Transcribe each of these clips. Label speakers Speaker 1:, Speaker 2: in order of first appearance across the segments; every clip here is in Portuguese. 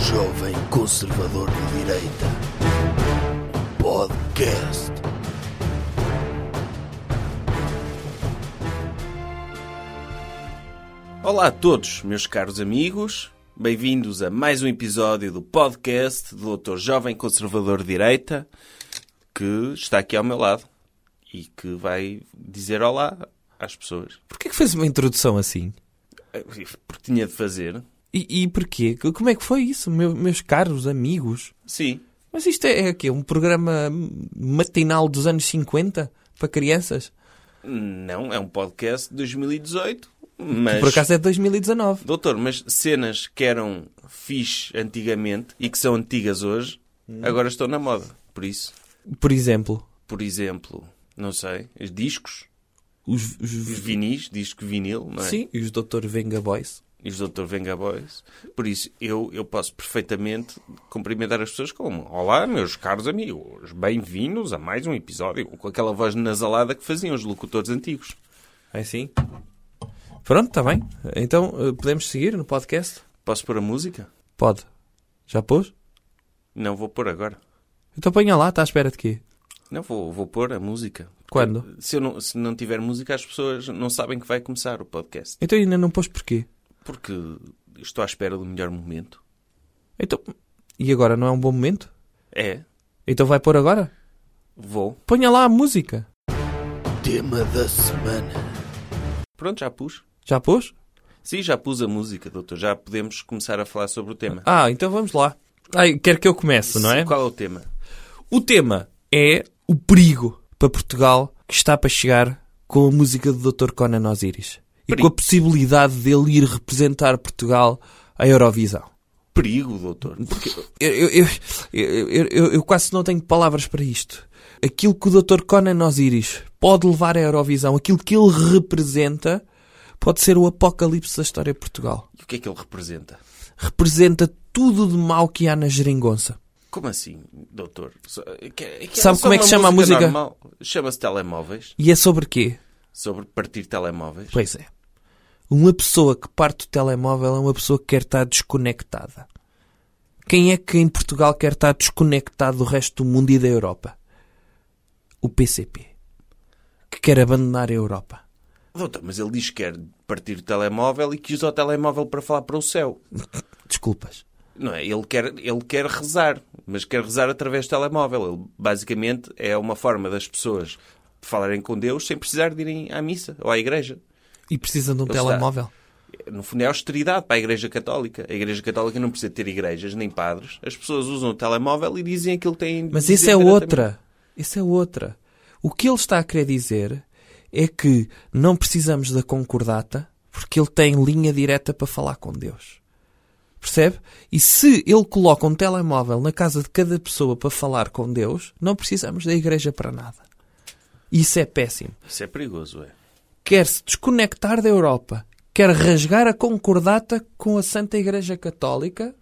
Speaker 1: Jovem Conservador de Direita. Podcast.
Speaker 2: Olá a todos, meus caros amigos. Bem-vindos a mais um episódio do podcast do Dr. Jovem Conservador de Direita, que está aqui ao meu lado e que vai dizer olá às pessoas.
Speaker 3: Porquê que fez uma introdução assim?
Speaker 2: Porque tinha de fazer.
Speaker 3: E, e porquê? C- Como é que foi isso, meu- meus caros amigos?
Speaker 2: Sim,
Speaker 3: Mas isto é, é o quê? Um programa matinal dos anos 50 para crianças?
Speaker 2: não, é um podcast de 2018,
Speaker 3: Que
Speaker 2: mas...
Speaker 3: Por acaso é de 2019.
Speaker 2: Doutor, mas cenas que eram fixe antigamente e que são antigas hoje,
Speaker 3: Hum.
Speaker 2: agora estão na moda. Por isso,
Speaker 3: Por exemplo,
Speaker 2: por exemplo, não sei, os discos,
Speaker 3: os. os-
Speaker 2: os vinis, disco vinil, não é?
Speaker 3: Sim, e os Dr. Venga Boys.
Speaker 2: E os Dr. Venga Boys. Por isso, eu, eu posso perfeitamente cumprimentar as pessoas como Olá, meus caros amigos, bem-vindos a mais um episódio. Com aquela voz nasalada que faziam os locutores antigos.
Speaker 3: É assim? Pronto, está bem. Então eh, podemos seguir no podcast?
Speaker 2: Posso pôr a música?
Speaker 3: Pode. Já pôs?
Speaker 2: Não vou pôr agora.
Speaker 3: Então ponha lá, está à espera de quê?
Speaker 2: Não, vou, vou pôr a música.
Speaker 3: Quando?
Speaker 2: Se, eu não, se não tiver música, as pessoas não sabem que vai começar o podcast.
Speaker 3: Então ainda não pôs porquê?
Speaker 2: Porque estou à espera do melhor momento.
Speaker 3: Então. E agora não é um bom momento?
Speaker 2: É,
Speaker 3: Então vai pôr agora?
Speaker 2: vou.
Speaker 3: Ponha lá a música.
Speaker 1: Tema da semana.
Speaker 2: Pronto, já pus.
Speaker 3: Já pôs?
Speaker 2: Sim, já pus a música, doutor. Já podemos começar a falar sobre o tema.
Speaker 3: Ah, então vamos lá. Ai, quer que eu comece, não é?
Speaker 2: Qual é o tema?
Speaker 3: O tema é o perigo para Portugal que está para chegar com a música do Dr. Conan Osiris. E
Speaker 2: Perigo.
Speaker 3: com a possibilidade dele ir representar Portugal à Eurovisão.
Speaker 2: Perigo, doutor. Porque
Speaker 3: Eu, eu- eu- eu- eu- eu- eu quase não tenho palavras para isto. Aquilo que o Dr. Conan Osiris pode levar à Eurovisão, aquilo que ele representa, pode ser o apocalipse da história de Portugal.
Speaker 2: E o que é que ele representa?
Speaker 3: Representa tudo de mau que há na geringonça.
Speaker 2: Como assim, doutor? Só- é que- é que é
Speaker 3: Sabe
Speaker 2: só
Speaker 3: como é que
Speaker 2: uma
Speaker 3: chama a música?
Speaker 2: normal. Chama-se telemóveis.
Speaker 3: E é sobre quê?
Speaker 2: Sobre partir telemóveis.
Speaker 3: Pois é. Uma pessoa que parte do telemóvel é uma pessoa que quer estar desconectada. Quem é que em Portugal quer estar desconectado do resto do mundo e da Europa? O PCP. Que quer abandonar a Europa.
Speaker 2: Doutor, mas ele diz que quer partir o telemóvel e que usa o telemóvel para falar para o céu.
Speaker 3: Desculpas.
Speaker 2: Não é? Ele quer, ele quer rezar, mas quer rezar através do telemóvel. Ele, basicamente, é uma forma das pessoas falarem com Deus sem precisar de irem à missa ou à igreja.
Speaker 3: E precisa de um
Speaker 2: Ele está-
Speaker 3: telemóvel.
Speaker 2: No fundo, é austeridade para a Igreja Católica. A Igreja Católica não precisa ter igrejas nem padres. As pessoas usam o telemóvel e dizem aquilo que têm. de
Speaker 3: Mas
Speaker 2: dizer
Speaker 3: isso é
Speaker 2: diretamente.
Speaker 3: outra. Isso é outra. O que ele está a querer dizer é que não precisamos da concordata porque ele tem linha direta para falar com Deus. Percebe? E se ele coloca um telemóvel na casa de cada pessoa para falar com Deus, não precisamos da igreja para nada. Isso é péssimo.
Speaker 2: Isso é perigoso, é.
Speaker 3: Quer se desconectar da Europa, quer rasgar a concordata com a Santa Igreja Católica,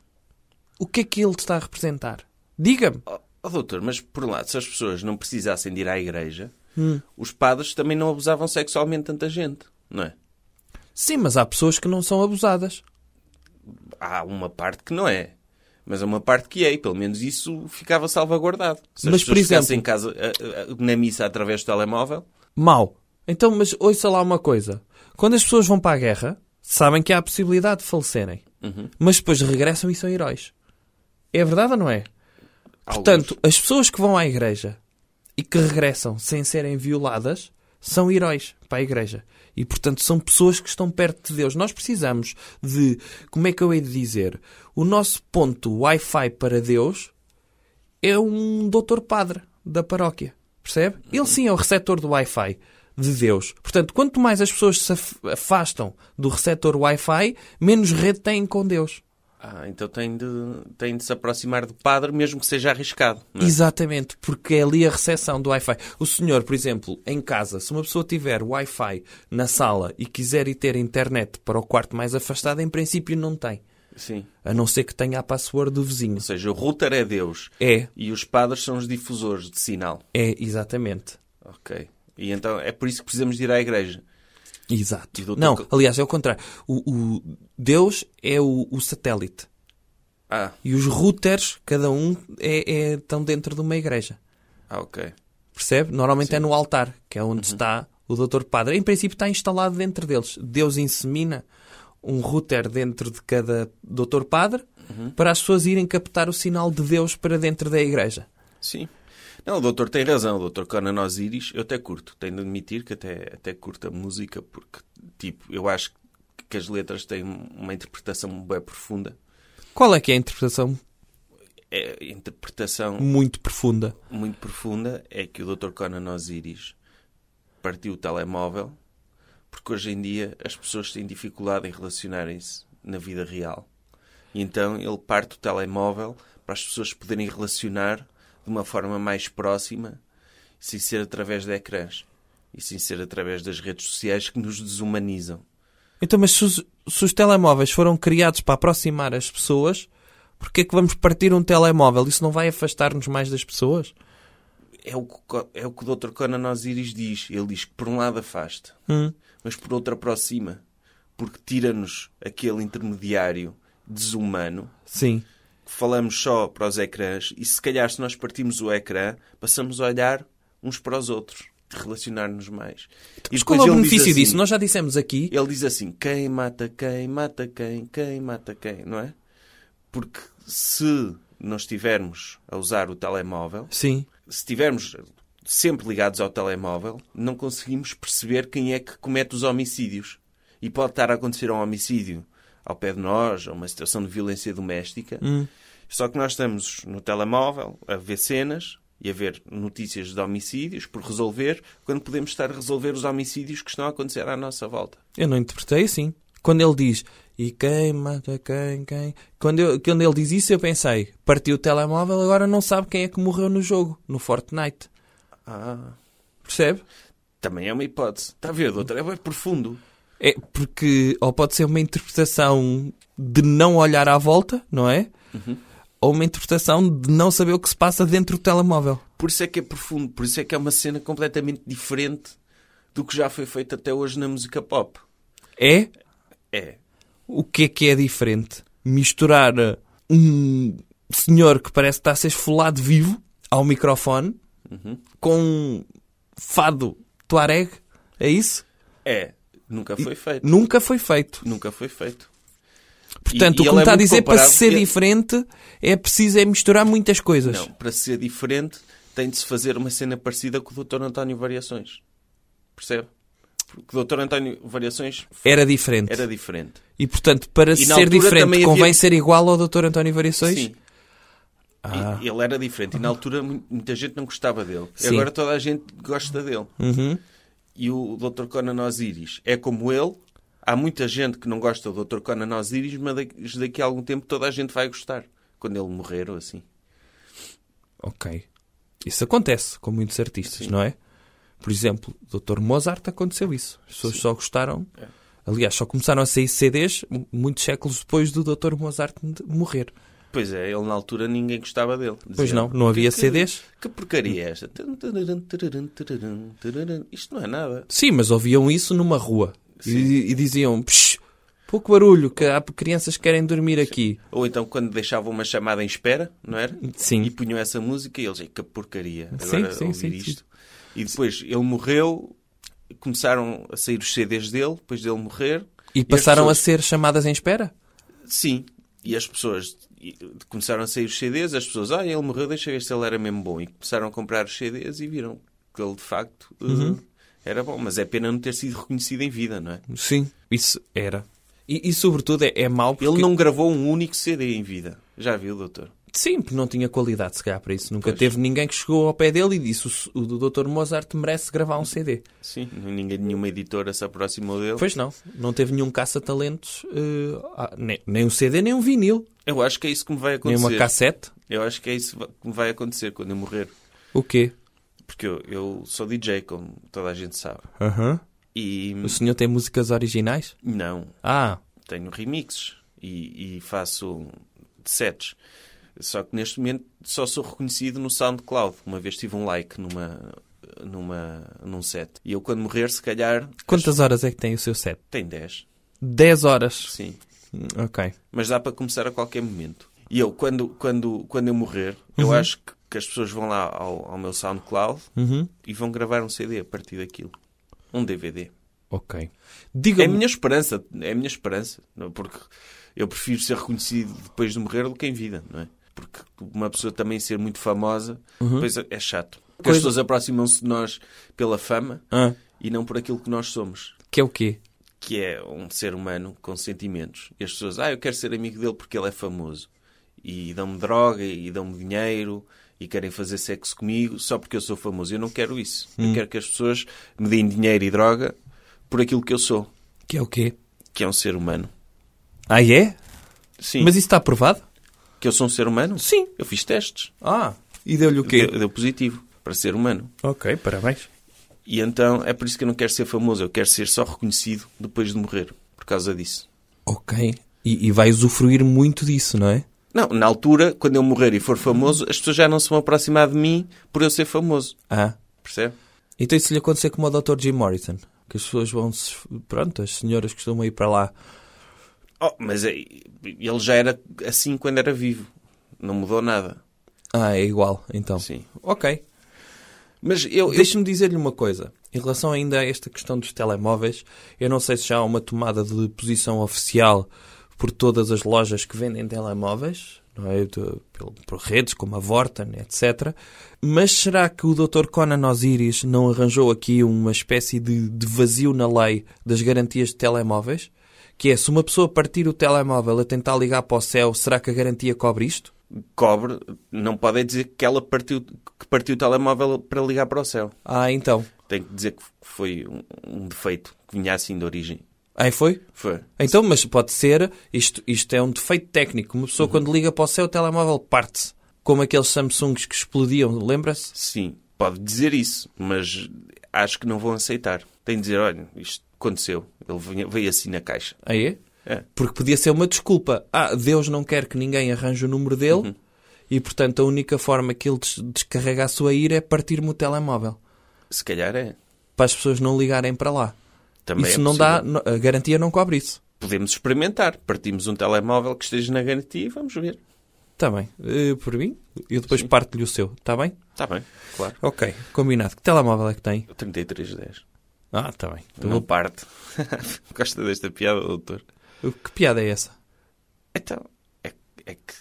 Speaker 3: o que é que ele está a representar? Diga-me.
Speaker 2: Oh, oh, doutor, mas por um lado, se as pessoas não precisassem de ir à igreja,
Speaker 3: Hum.
Speaker 2: os padres também não abusavam sexualmente tanta gente, não é?
Speaker 3: Sim, mas há pessoas que não são abusadas.
Speaker 2: Há uma parte que não é. Mas há uma parte que é, e pelo menos isso ficava salvaguardado. Se
Speaker 3: Mas,
Speaker 2: as pessoas
Speaker 3: por exemplo-
Speaker 2: ficassem em casa a- a- na missa através do telemóvel,
Speaker 3: Mal. Então, mas ouça lá uma coisa. Quando as pessoas vão para a guerra, sabem que há a possibilidade de falecerem. Mas depois regressam e são heróis. É verdade ou não é?
Speaker 2: alguns-
Speaker 3: Portanto, as pessoas que vão à igreja e que regressam sem serem violadas são heróis para a igreja. E, portanto, são pessoas que estão perto de Deus. Nós precisamos de, como é que eu hei de dizer, o nosso ponto Wi-Fi para Deus é um doutor padre da paróquia. Percebe? Ele sim é o receptor do Wi-Fi de Deus. Portanto, quanto mais as pessoas se af- afastam do receptor Wi-Fi, menos rede têm com Deus.
Speaker 2: Ah, então tem de, tem de se aproximar do padre, mesmo que seja arriscado. não é?
Speaker 3: Exatamente, porque é ali a recepção do Wi-Fi. O senhor, por exemplo, em casa, se uma pessoa tiver Wi-Fi na sala e quiser ir ter internet para o quarto mais afastado, em princípio não tem.
Speaker 2: é? Sim.
Speaker 3: A não ser que tenha a password do vizinho.
Speaker 2: Ou seja, o router é Deus.
Speaker 3: É,
Speaker 2: E os padres são os difusores de sinal.
Speaker 3: é, exatamente.
Speaker 2: Ok. E então é por isso que precisamos de ir à igreja. E
Speaker 3: Exato.
Speaker 2: doutor-
Speaker 3: Não, aliás, é o contrário. O, o- Deus é o, o satélite.
Speaker 2: Ah,
Speaker 3: E os routers, cada um, é, é- estão dentro de uma igreja.
Speaker 2: ah ok.
Speaker 3: Percebe? Normalmente é no altar, que é onde está o doutor padre. Em princípio está instalado dentro deles. Deus insemina um router dentro de cada doutor padre para as pessoas irem captar o sinal de Deus para dentro da igreja.
Speaker 2: Sim. Não, o doutor tem razão. O doutor Conan Osiris, eu até curto. Tenho de admitir que até, até curto a música, porque, tipo, eu acho que as letras têm uma interpretação bem profunda.
Speaker 3: Qual é que é a interpretação
Speaker 2: É a interpretação
Speaker 3: muito profunda?
Speaker 2: muito profunda é que o Dr. Conan Osiris partiu o telemóvel porque hoje em dia as pessoas têm dificuldade em relacionarem-se na vida real. E então ele parte o telemóvel para as pessoas poderem relacionar de uma forma mais próxima, sem ser através de ecrãs e sem ser através das redes sociais que nos desumanizam.
Speaker 3: Então, mas se os, se os telemóveis foram criados para aproximar as pessoas, porquê é que vamos partir um telemóvel? Isso não vai afastar-nos mais das pessoas?
Speaker 2: É o que, o Co- é o, que o Dr. Conan Osiris diz. Ele diz que por um lado afasta.
Speaker 3: Hum.
Speaker 2: mas por outra aproxima, porque tira-nos aquele intermediário desumano
Speaker 3: Sim.
Speaker 2: que falamos só para os ecrãs e se calhar se nós partimos o ecrã, passamos a olhar uns para os outros, relacionar-nos mais.
Speaker 3: Mas
Speaker 2: depois
Speaker 3: qual é
Speaker 2: ele
Speaker 3: o
Speaker 2: diz
Speaker 3: benefício
Speaker 2: assim-
Speaker 3: disso? Nós já dissemos aqui.
Speaker 2: Ele diz assim, quem mata quem, mata quem, quem mata quem, não é? Porque se nós estivermos a usar o telemóvel,
Speaker 3: Sim.
Speaker 2: se estivermos sempre ligados ao telemóvel, não conseguimos perceber quem é que comete os homicídios. E pode estar a acontecer um homicídio ao pé de nós, ou uma situação de violência doméstica. Só que nós estamos no telemóvel a ver cenas e a ver notícias de homicídios por resolver, quando podemos estar a resolver os homicídios que estão a acontecer à nossa volta.
Speaker 3: Eu não interpretei assim. Quando ele diz e quem mata quem, quem. Quando, eu- quando ele diz isso, eu pensei: partiu o telemóvel, agora não sabe quem é que morreu no jogo, no Fortnite.
Speaker 2: Ah,
Speaker 3: Percebe?
Speaker 2: também é uma hipótese. Está a ver, doutor? É bem profundo.
Speaker 3: É porque, ou pode ser uma interpretação de não olhar à volta, não é?
Speaker 2: Uhum.
Speaker 3: Ou uma interpretação de não saber o que se passa dentro do telemóvel.
Speaker 2: Por isso é que é profundo, por isso é que é uma cena completamente diferente do que já foi feito até hoje na música pop.
Speaker 3: É
Speaker 2: É.
Speaker 3: o que é que é diferente? Misturar uh, um senhor que parece que está a ser esfolado vivo ao microfone
Speaker 2: Uhum.
Speaker 3: com um fado tuareg, é isso?
Speaker 2: É. Nunca foi feito.
Speaker 3: Nunca foi feito.
Speaker 2: Nunca foi feito.
Speaker 3: Portanto,
Speaker 2: e
Speaker 3: o que
Speaker 2: ele
Speaker 3: me
Speaker 2: é
Speaker 3: está a
Speaker 2: muito
Speaker 3: dizer para
Speaker 2: comparável-
Speaker 3: ser
Speaker 2: ele-
Speaker 3: diferente é preciso é misturar muitas coisas.
Speaker 2: Não, para ser diferente tem de se fazer uma cena parecida com o Dr. António Variações. Percebe? Porque o Dr. António Variações
Speaker 3: Era diferente.
Speaker 2: era diferente.
Speaker 3: E portanto, para
Speaker 2: E na
Speaker 3: ser
Speaker 2: altura
Speaker 3: diferente,
Speaker 2: também
Speaker 3: convém
Speaker 2: havia-
Speaker 3: ser igual ao Dr. António Variações?
Speaker 2: Sim. E- Ele era diferente. E na altura mu- muita gente não gostava dele. E
Speaker 3: Ah. Sim. Uhum.
Speaker 2: agora toda a gente gosta dele. E o Dr. Conan Osiris é como ele. Há muita gente que não gosta do Dr. Conan Osiris, mas da- daqui a algum tempo toda a gente vai gostar. Quando ele morrer ou assim.
Speaker 3: Ok. Isso acontece com muitos artistas, não é? Por exemplo, Dr. Mozart aconteceu isso. As pessoas só gostaram.
Speaker 2: É.
Speaker 3: Aliás, só começaram a sair CDs m- muitos séculos depois do Dr. Mozart de- morrer.
Speaker 2: Pois é, ele na altura ninguém gostava dele.
Speaker 3: Pois
Speaker 2: Dizia,
Speaker 3: não, não havia
Speaker 2: que,
Speaker 3: CDs.
Speaker 2: Que porcaria é esta? Tum, tararam, tararam, tararam, tararam. Isto não é nada.
Speaker 3: Sim, mas ouviam isso numa rua. E, e diziam, "Psh, pouco barulho, que há crianças que querem dormir aqui.
Speaker 2: Ou então quando deixavam uma chamada em espera, não era?
Speaker 3: Sim.
Speaker 2: E punham essa música e eles, "Ei, que porcaria.
Speaker 3: Sim,
Speaker 2: Agora
Speaker 3: sim,
Speaker 2: ouvir
Speaker 3: sim, sim.
Speaker 2: isto. E depois ele morreu, começaram a sair os CDs dele, depois dele morrer.
Speaker 3: E, passaram
Speaker 2: as
Speaker 3: a ser chamadas em espera?
Speaker 2: pessoas- Sim. E as pessoas e começaram a sair os CDs, as pessoas, ah, ele morreu, deixa ver se ele era mesmo bom. E começaram a comprar os CDs e viram que ele de facto eh,
Speaker 3: Uhum.
Speaker 2: era bom. Mas é pena não ter sido reconhecido em vida, não é?
Speaker 3: Sim. Isso era. E, e, sobretudo é, é mau porque...
Speaker 2: Ele não gravou um único CD em vida. Já viu, doutor?
Speaker 3: Sim, porque não tinha qualidade, se calhar, para isso. Nunca teve ninguém que chegou ao pé dele e disse o, o Dr. Mozart merece gravar um CD.
Speaker 2: Sim. Ninguém, nenhuma editora se aproximou dele.
Speaker 3: Pois não. Não teve nenhum caça-talentos, eh, ah, nem, nem um CD, nem um vinil,
Speaker 2: Eu acho que é isso que me vai
Speaker 3: nem uma
Speaker 2: acontecer.
Speaker 3: cassete.
Speaker 2: Eu acho que é isso que me vai acontecer quando eu morrer.
Speaker 3: O quê?
Speaker 2: Porque eu, eu sou DJ, como toda a gente sabe.
Speaker 3: Aham.
Speaker 2: E
Speaker 3: O senhor tem músicas originais?
Speaker 2: não,
Speaker 3: Ah,
Speaker 2: tenho remixes e, e faço sets. Só que neste momento só sou reconhecido no SoundCloud. Uma vez tive um like numa, numa, num set. E eu quando morrer, se calhar,
Speaker 3: quantas horas é que tem o seu set?
Speaker 2: tem 10.
Speaker 3: 10 horas.
Speaker 2: Sim.
Speaker 3: Hum, Ok.
Speaker 2: mas dá para começar a qualquer momento. E eu, quando, quando, quando eu morrer, eu acho que, que as pessoas vão lá ao, ao meu SoundCloud
Speaker 3: Uhum.
Speaker 2: e vão gravar um CD a partir daquilo. Um DVD.
Speaker 3: Ok.
Speaker 2: É a
Speaker 3: Diga-me.
Speaker 2: minha esperança, é a minha esperança, não é? porque eu prefiro ser reconhecido depois de morrer do que em vida, não é? Porque uma pessoa também ser muito famosa,
Speaker 3: Uhum.
Speaker 2: depois é é chato. Porque as
Speaker 3: Coisa-
Speaker 2: pessoas aproximam-se de nós pela fama
Speaker 3: Ah,
Speaker 2: e não por aquilo que nós somos,
Speaker 3: que é o quê?
Speaker 2: que é um ser humano com sentimentos. E as pessoas, ah, eu quero ser amigo dele porque ele é famoso. E dão-me droga, e dão-me dinheiro, e querem fazer sexo comigo só porque eu sou famoso. Eu não quero isso. Eu quero que as pessoas me deem dinheiro e droga por aquilo que eu sou,
Speaker 3: Que é o quê?
Speaker 2: que é um ser humano.
Speaker 3: Ah, é?
Speaker 2: Sim.
Speaker 3: Mas isso está aprovado?
Speaker 2: Que eu sou um ser humano?
Speaker 3: Sim.
Speaker 2: Eu fiz testes.
Speaker 3: Ah, e deu-lhe o quê?
Speaker 2: Deu, deu positivo para ser humano.
Speaker 3: Ok, parabéns.
Speaker 2: E então é por isso que eu não quero ser famoso. Eu quero ser só reconhecido depois de morrer. Por causa disso.
Speaker 3: Ok. E, e vai usufruir muito disso, não é?
Speaker 2: Não, na altura, quando eu morrer e for famoso, as pessoas já não se vão aproximar de mim por eu ser famoso.
Speaker 3: Ah.
Speaker 2: Percebe?
Speaker 3: Então isso lhe acontecer como ao Dr. Jim Morrison? Que as pessoas vão... se- Pronto, as senhoras costumam ir para lá.
Speaker 2: Oh, mas é- ele já era assim quando era vivo. Não mudou nada.
Speaker 3: Ah, é igual, então.
Speaker 2: Sim.
Speaker 3: Ok.
Speaker 2: Mas eu... eu-
Speaker 3: Deixa-me dizer-lhe uma coisa. Em relação ainda a esta questão dos telemóveis, eu não sei se já há uma tomada de posição oficial por todas as lojas que vendem telemóveis, não é? De- pelo- por redes como a Vorten, etc. Mas será que o Dr. Conan Osiris não arranjou aqui uma espécie de, de vazio na lei das garantias de telemóveis? Que é, se uma pessoa partir o telemóvel a tentar ligar para o céu, será que a garantia cobre isto?
Speaker 2: Cobre, não pode é dizer que ela partiu, que partiu o telemóvel para ligar para o céu.
Speaker 3: Ah, então.
Speaker 2: Tenho que dizer que foi um, um defeito que vinha assim de origem.
Speaker 3: Aí foi?
Speaker 2: Foi.
Speaker 3: Então, mas pode ser, isto, isto é um defeito técnico. Uma pessoa quando liga para o céu, o telemóvel parte. Como aqueles Samsungs que explodiam, lembra-se?
Speaker 2: Sim, pode dizer isso, mas acho que não vão aceitar. Tem de dizer, olha, isto aconteceu. Ele vinha- veio assim na caixa.
Speaker 3: Aí é?
Speaker 2: É.
Speaker 3: Porque podia ser uma desculpa. Ah, Deus não quer que ninguém arranje o número dele e, portanto, a única forma que ele des- descarrega a sua ira é partir-me o telemóvel.
Speaker 2: Se calhar é.
Speaker 3: Para as pessoas não ligarem para lá.
Speaker 2: Também
Speaker 3: isso
Speaker 2: é
Speaker 3: não
Speaker 2: possível.
Speaker 3: dá... no- A garantia não cobre isso.
Speaker 2: Podemos experimentar. Partimos um telemóvel que esteja na garantia e vamos ver.
Speaker 3: Está bem. Eh, por mim? Eu depois parto-lhe o seu. Está bem?
Speaker 2: Está Tá bem, claro.
Speaker 3: Ok. Combinado. Que telemóvel é que tem?
Speaker 2: O 3310.
Speaker 3: Ah, está bem. Então
Speaker 2: Não parte. Gosta desta piada, doutor?
Speaker 3: vou- Que piada é essa?
Speaker 2: Então, é, é que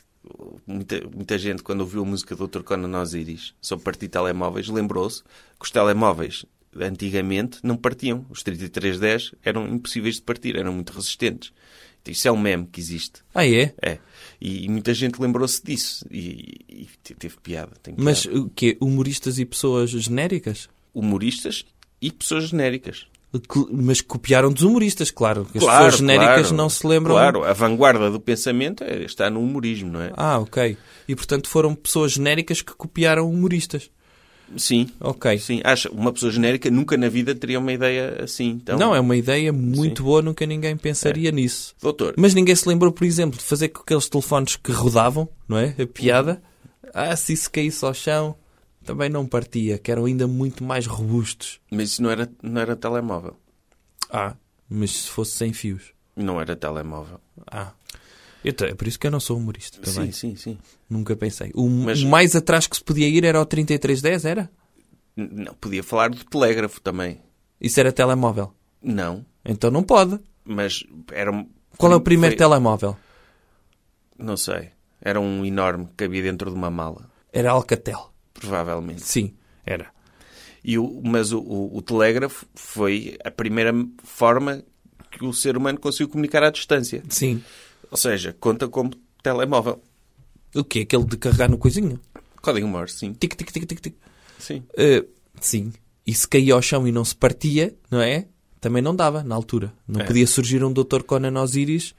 Speaker 2: muita, muita gente, quando ouviu a música do Dr. Conan Osiris sobre partir telemóveis, lembrou-se que os telemóveis antigamente não partiam. Os 3310 eram impossíveis de partir, eram muito resistentes. Então, Isso é um meme que existe.
Speaker 3: Ah, é?
Speaker 2: É. E, e muita gente lembrou-se disso. E, e- e te- teve piada. Tem piada.
Speaker 3: Mas o quê? Humoristas e pessoas genéricas?
Speaker 2: Humoristas e pessoas genéricas.
Speaker 3: Que- Mas copiaram dos humoristas, claro. que As pessoas genéricas
Speaker 2: claro.
Speaker 3: não se lembram.
Speaker 2: Claro, a vanguarda do pensamento é- está no humorismo, não é?
Speaker 3: Ah, ok. E portanto foram pessoas genéricas que copiaram humoristas.
Speaker 2: Sim.
Speaker 3: Ok.
Speaker 2: Sim, acha, uma pessoa genérica nunca na vida teria uma ideia assim. Então,
Speaker 3: não, é uma ideia muito boa, nunca ninguém
Speaker 2: É.
Speaker 3: pensaria nisso.
Speaker 2: Doutor,
Speaker 3: Mas ninguém se lembrou, por exemplo, de fazer com aqueles telefones que rodavam, não é?
Speaker 2: Uhum.
Speaker 3: A piada. Ah, se isso caísse ao chão, também não partia, que eram ainda muito mais robustos.
Speaker 2: mas isso não era, não era telemóvel.
Speaker 3: Ah, mas se fosse sem fios.
Speaker 2: Não era telemóvel.
Speaker 3: Ah. Eu te- é por isso que eu não sou humorista também.
Speaker 2: Sim, sim, sim.
Speaker 3: Nunca pensei. O,
Speaker 2: Mas-
Speaker 3: o mais atrás que se podia ir era o 3310, era?
Speaker 2: N- Não, podia falar do telégrafo também.
Speaker 3: Isso era telemóvel.
Speaker 2: Não,
Speaker 3: Então não pode.
Speaker 2: mas era... um-
Speaker 3: Qual é o primeiro
Speaker 2: foi-
Speaker 3: telemóvel?
Speaker 2: Não sei. Era um enorme que cabia dentro de uma mala.
Speaker 3: Era Alcatel.
Speaker 2: Provavelmente.
Speaker 3: Sim, era.
Speaker 2: E o, mas o, o, o telégrafo foi a primeira forma que o ser humano conseguiu comunicar à distância.
Speaker 3: Sim.
Speaker 2: Ou seja, conta como telemóvel.
Speaker 3: O que Aquele de carregar no coisinho?
Speaker 2: Código Morse, sim.
Speaker 3: Tic, tic, tic, tic, tic.
Speaker 2: Sim.
Speaker 3: Eh, sim. E se caía ao chão e não se partia, não é? Também não dava, na altura. Não
Speaker 2: É.
Speaker 3: podia surgir um Dr. Conan Osiris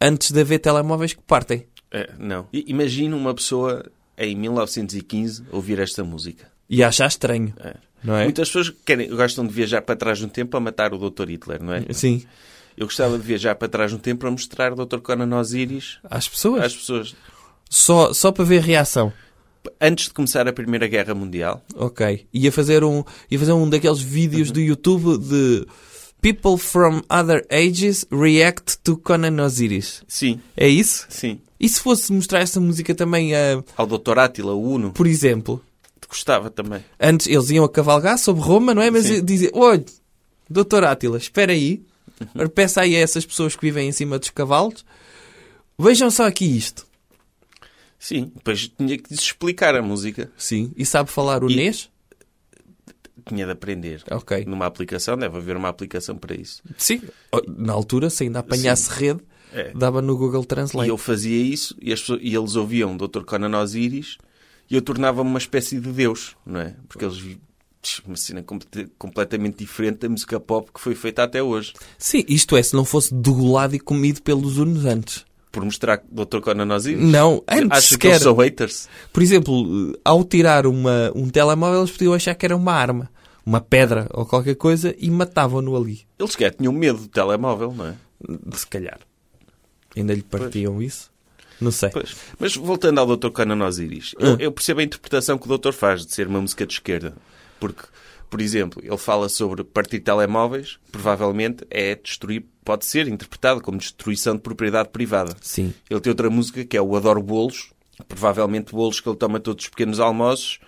Speaker 3: antes de haver telemóveis que partem.
Speaker 2: É, não. I- Imagina uma pessoa em 1915 ouvir esta música.
Speaker 3: E achar estranho,
Speaker 2: É.
Speaker 3: não é?
Speaker 2: Muitas pessoas querem, gostam de viajar para trás no tempo para matar o Dr. Hitler, não é?
Speaker 3: Sim.
Speaker 2: Eu gostava de viajar para trás no tempo para mostrar o Dr. Conan Osiris
Speaker 3: Às pessoas.
Speaker 2: às pessoas.
Speaker 3: Só, só para ver reação.
Speaker 2: Antes de começar a Primeira Guerra Mundial,
Speaker 3: Ok. Ia fazer um, ia fazer um daqueles vídeos do YouTube de People from Other Ages React to Conan Osiris.
Speaker 2: sim,
Speaker 3: É isso?
Speaker 2: sim.
Speaker 3: E se fosse mostrar essa música também a,
Speaker 2: Ao Dr. Átila Uno,
Speaker 3: por exemplo,
Speaker 2: te gostava também.
Speaker 3: antes eles iam a cavalgar sobre Roma, não é? Mas
Speaker 2: Sim.
Speaker 3: dizer, olha, doutor Átila, espera aí, peça aí a essas pessoas que vivem em cima dos cavalos, vejam só aqui isto.
Speaker 2: Sim, depois tinha que lhes explicar a música.
Speaker 3: Sim. E sabe falar o
Speaker 2: E-
Speaker 3: Nês?
Speaker 2: Tinha de aprender.
Speaker 3: Ok.
Speaker 2: Numa aplicação, deve haver uma aplicação para isso.
Speaker 3: Sim. Oh, Na altura, se ainda apanhasse rede,
Speaker 2: É.
Speaker 3: dava no Google
Speaker 2: E
Speaker 3: Translate.
Speaker 2: eu fazia isso e, as pessoas- e eles ouviam o Dr. Conan Osiris e eu tornava-me uma espécie de Deus, não é? Porque eles vi- uma cena comple- completamente diferente da música pop que foi feita até hoje.
Speaker 3: Sim, isto é, se não fosse degolado e comido pelos urnos antes.
Speaker 2: Por mostrar o Dr. Conan Osiris.
Speaker 3: Não, antes
Speaker 2: Acho que
Speaker 3: sequer.
Speaker 2: eles são haters.
Speaker 3: Por exemplo, eh, ao tirar uma, um telemóvel, eles podiam achar que era uma arma, uma pedra ou qualquer coisa e matavam-no ali.
Speaker 2: Eles sequer tinham medo do telemóvel, não é?
Speaker 3: Se calhar. Ainda lhe partiam isso? Não sei.
Speaker 2: Pois. Mas voltando ao Dr. Conan Osiris,
Speaker 3: Ah.
Speaker 2: eu, eu percebo a interpretação que o Dr. faz de ser uma música de esquerda. Porque, por exemplo, ele fala sobre partir telemóveis, provavelmente é destruir, pode ser interpretado como destruição de propriedade privada.
Speaker 3: Sim.
Speaker 2: Ele tem outra música que é o Adoro Bolos, provavelmente bolos que ele toma todos os pequenos almoços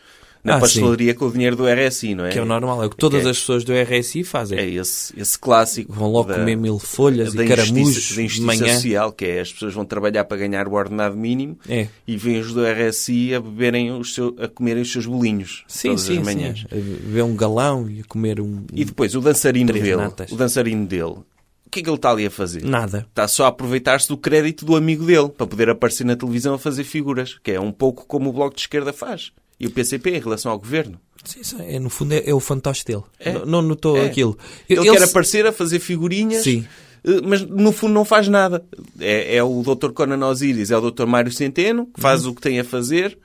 Speaker 2: na
Speaker 3: Ah,
Speaker 2: pastelaria com o dinheiro do RSI, não é?
Speaker 3: Que é o normal, é o que todas
Speaker 2: É.
Speaker 3: as pessoas do RSI fazem.
Speaker 2: É esse, esse clássico.
Speaker 3: Vão logo
Speaker 2: da-
Speaker 3: comer mil folhas
Speaker 2: da
Speaker 3: e caramujos
Speaker 2: injustiça, da
Speaker 3: de
Speaker 2: injustiça
Speaker 3: manhã.
Speaker 2: social, que é as pessoas vão trabalhar para ganhar o ordenado mínimo
Speaker 3: É.
Speaker 2: e vêm os do RSI a beberem os seu, a comerem os seus bolinhos
Speaker 3: Sim,
Speaker 2: todas
Speaker 3: sim,
Speaker 2: as
Speaker 3: sim.
Speaker 2: manhãs.
Speaker 3: Ver um galão e comer um...
Speaker 2: E depois o dançarino
Speaker 3: Três
Speaker 2: dele,
Speaker 3: natas.
Speaker 2: o dançarino dele, o que é que ele está ali a fazer?
Speaker 3: Nada.
Speaker 2: Está só a aproveitar-se do crédito do amigo dele para poder aparecer na televisão a fazer figuras, que é um pouco como o Bloco de Esquerda faz e o PCP em relação ao governo.
Speaker 3: Sim, sim, é, no fundo é, é o fantoche dele.
Speaker 2: É.
Speaker 3: N- Não notou
Speaker 2: É.
Speaker 3: aquilo.
Speaker 2: Ele,
Speaker 3: Ele
Speaker 2: quer
Speaker 3: se-
Speaker 2: aparecer a fazer figurinhas,
Speaker 3: Sim.
Speaker 2: eh, mas no fundo não faz nada. É, é o Dr. Conan Osiris, é o Dr. Mário Centeno, que faz
Speaker 3: Uhum.
Speaker 2: o que tem a fazer,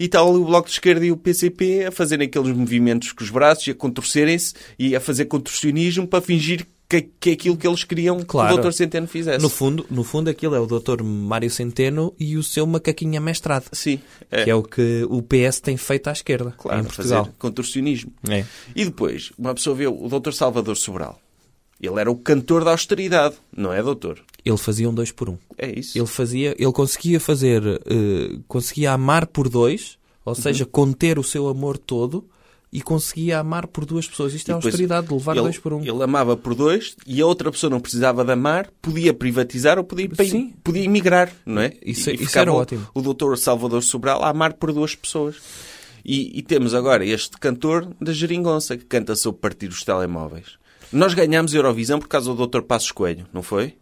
Speaker 2: e está ali o Bloco de Esquerda e o PCP a fazerem aqueles movimentos com os braços e a contorcerem-se e a fazer contorcionismo para fingir que, que é aquilo que eles queriam
Speaker 3: Claro.
Speaker 2: que o Dr. Centeno fizesse.
Speaker 3: No fundo, no fundo, aquilo é o Dr. Mário Centeno e o seu macaquinho amestrado,
Speaker 2: Sim, é,
Speaker 3: que é o que o PS tem feito à esquerda
Speaker 2: claro,
Speaker 3: em
Speaker 2: fazer
Speaker 3: Portugal.
Speaker 2: contorcionismo.
Speaker 3: É.
Speaker 2: E depois, uma pessoa vê o Dr. Salvador Sobral. Ele era o cantor da austeridade, não é, doutor?
Speaker 3: Ele fazia um dois por um.
Speaker 2: É isso.
Speaker 3: Ele fazia, ele conseguia fazer, eh, conseguia amar por dois, ou
Speaker 2: Uhum.
Speaker 3: seja, conter o seu amor todo e conseguia amar por duas pessoas. Isto
Speaker 2: E
Speaker 3: é
Speaker 2: depois
Speaker 3: austeridade, de levar
Speaker 2: ele,
Speaker 3: dois por um.
Speaker 2: Ele amava por dois e a outra pessoa não precisava de amar, podia privatizar ou podia, pa-
Speaker 3: Sim.
Speaker 2: podia emigrar, não é?
Speaker 3: Isso-
Speaker 2: E- e
Speaker 3: isso
Speaker 2: ficava
Speaker 3: era
Speaker 2: o-
Speaker 3: ótimo.
Speaker 2: O doutor Salvador Sobral a amar por duas pessoas. E, e temos agora este cantor da Geringonça que canta sobre partir os telemóveis. Nós ganhámos a Eurovisão por causa do Dr. Passos Coelho, não foi?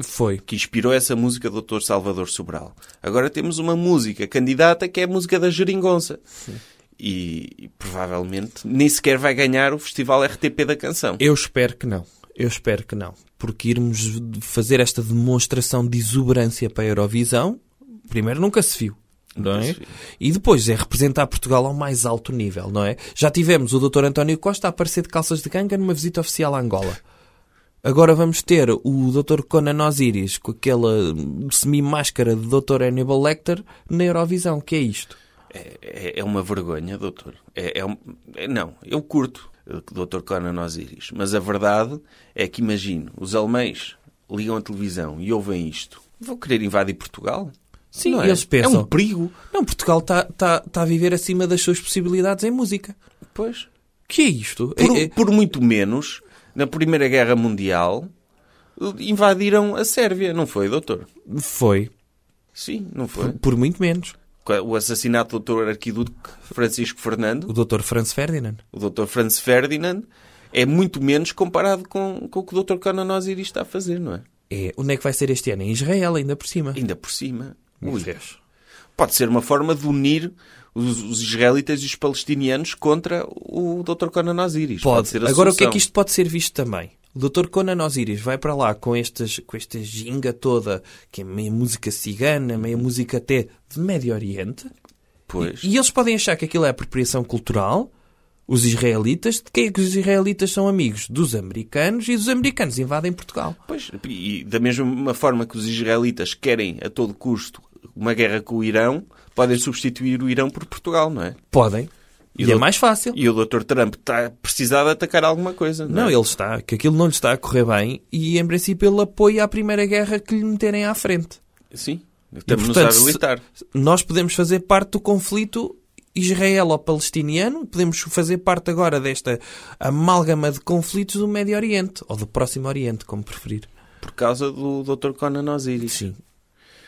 Speaker 3: Foi.
Speaker 2: Que inspirou essa música do Dr. Salvador Sobral. Agora temos uma música candidata que é a música da Geringonça. E, e provavelmente nem sequer vai ganhar o Festival RTP da Canção.
Speaker 3: Eu espero que não. Eu espero que não. Porque irmos de- fazer esta demonstração de exuberância para a Eurovisão, primeiro nunca se viu. Não
Speaker 2: Nunca
Speaker 3: é?
Speaker 2: se viu.
Speaker 3: E depois é representar Portugal ao mais alto nível, não é? Já tivemos o Dr. António Costa a aparecer de calças de ganga numa visita oficial a Angola. Agora vamos ter o Dr. Conan Osiris com aquela hum, semi-máscara de Dr. Hannibal Lecter na Eurovisão. que é isto?
Speaker 2: É, é uma vergonha, doutor. É, é um- é- não, eu curto eh, que o doutor Conan Osiris, mas a verdade é que, imagino, os alemães ligam a televisão e ouvem isto. Vão querer invadir Portugal?
Speaker 3: Sim,
Speaker 2: Não é?
Speaker 3: eles pensam.
Speaker 2: É um perigo.
Speaker 3: Não, Portugal está tá, tá a viver acima das suas possibilidades em música.
Speaker 2: Pois.
Speaker 3: que é isto?
Speaker 2: Por, um
Speaker 3: É- é-
Speaker 2: por muito menos, na Primeira Guerra Mundial, eh, invadiram a Sérvia, não foi, doutor?
Speaker 3: Foi.
Speaker 2: Sim, não foi?
Speaker 3: Por, por muito menos.
Speaker 2: O assassinato do doutor Arquiduque Francisco Fernando
Speaker 3: O Dr. Franz Ferdinand.
Speaker 2: o Dr. Franz Ferdinand é muito menos comparado com, com o que o Dr. Conan Osiris está a fazer, não é?
Speaker 3: É, onde é que vai ser este ano? Em Israel, ainda por cima.
Speaker 2: Ainda por cima.
Speaker 3: Meu
Speaker 2: Ui,
Speaker 3: Deus.
Speaker 2: pode ser uma forma de unir os, os israelitas e os palestinianos contra o Dr. Conan Osiris. Pode,
Speaker 3: Pode.
Speaker 2: ser a
Speaker 3: Agora, o que é
Speaker 2: solução.
Speaker 3: que isto pode ser visto também? O Dr. Conan Osiris vai para lá com, estas, com esta ginga toda, que é meia música cigana, meia
Speaker 2: Uhum.
Speaker 3: música até de Médio Oriente.
Speaker 2: Pois.
Speaker 3: E eles podem achar que aquilo é apropriação cultural. Os israelitas, de quem é que os israelitas são amigos? Dos americanos e os americanos invadem Portugal.
Speaker 2: Pois, e da mesma forma que os israelitas querem a todo custo uma guerra com o Irão, podem substituir o Irão por Portugal, não é?
Speaker 3: Podem.
Speaker 2: E
Speaker 3: E, é
Speaker 2: o-
Speaker 3: mais fácil.
Speaker 2: E o Dr. Trump está a precisar de atacar alguma coisa, não,
Speaker 3: Não,
Speaker 2: é?
Speaker 3: ele está, que aquilo não lhe está a correr bem e em princípio ele apoia a primeira guerra que lhe meterem à frente.
Speaker 2: Sim. Estamos-nos a
Speaker 3: portanto, se-
Speaker 2: habilitar.
Speaker 3: Nós podemos fazer parte do conflito israelo-palestiniano, podemos fazer parte agora desta amálgama de conflitos do Médio Oriente, ou do Próximo Oriente, como preferir.
Speaker 2: Por causa do Dr. Conan Osiris.
Speaker 3: Sim.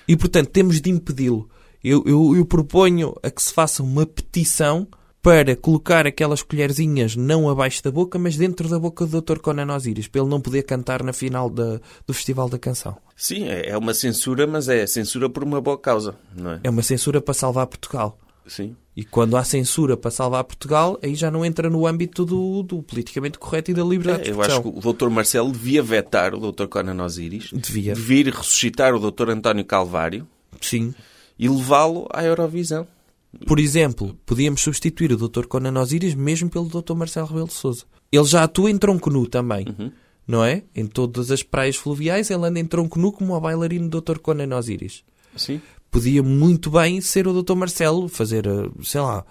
Speaker 3: E, portanto, temos de impedi-lo. Eu, eu, eu proponho a que se faça uma petição para colocar aquelas colherzinhas não abaixo da boca, mas dentro da boca do Dr. Conan Osiris, para ele não poder cantar na final da- do Festival da Canção.
Speaker 2: Sim, é é uma censura, mas é censura por uma boa causa, não é?
Speaker 3: É uma censura para salvar Portugal.
Speaker 2: Sim.
Speaker 3: E quando há censura para salvar Portugal, aí já não entra no âmbito do, do politicamente correto e da liberdade
Speaker 2: É,
Speaker 3: de
Speaker 2: eu acho
Speaker 3: expressão.
Speaker 2: que o Dr. Marcelo devia vetar o Dr. Conan Osiris,
Speaker 3: Devia.
Speaker 2: vir ressuscitar o Dr. António Calvário
Speaker 3: Sim.
Speaker 2: e levá-lo à Eurovisão.
Speaker 3: Por exemplo, podíamos substituir o Dr. Conan Osiris mesmo pelo Dr. Marcelo Rebelo de Sousa. Ele já atua em tronco nu também, não é? Em todas as praias fluviais ele anda em tronco nu como o bailarino do Dr. Conan Osiris.
Speaker 2: Sim.
Speaker 3: Podia muito bem ser o Dr. Marcelo fazer, eh, sei lá,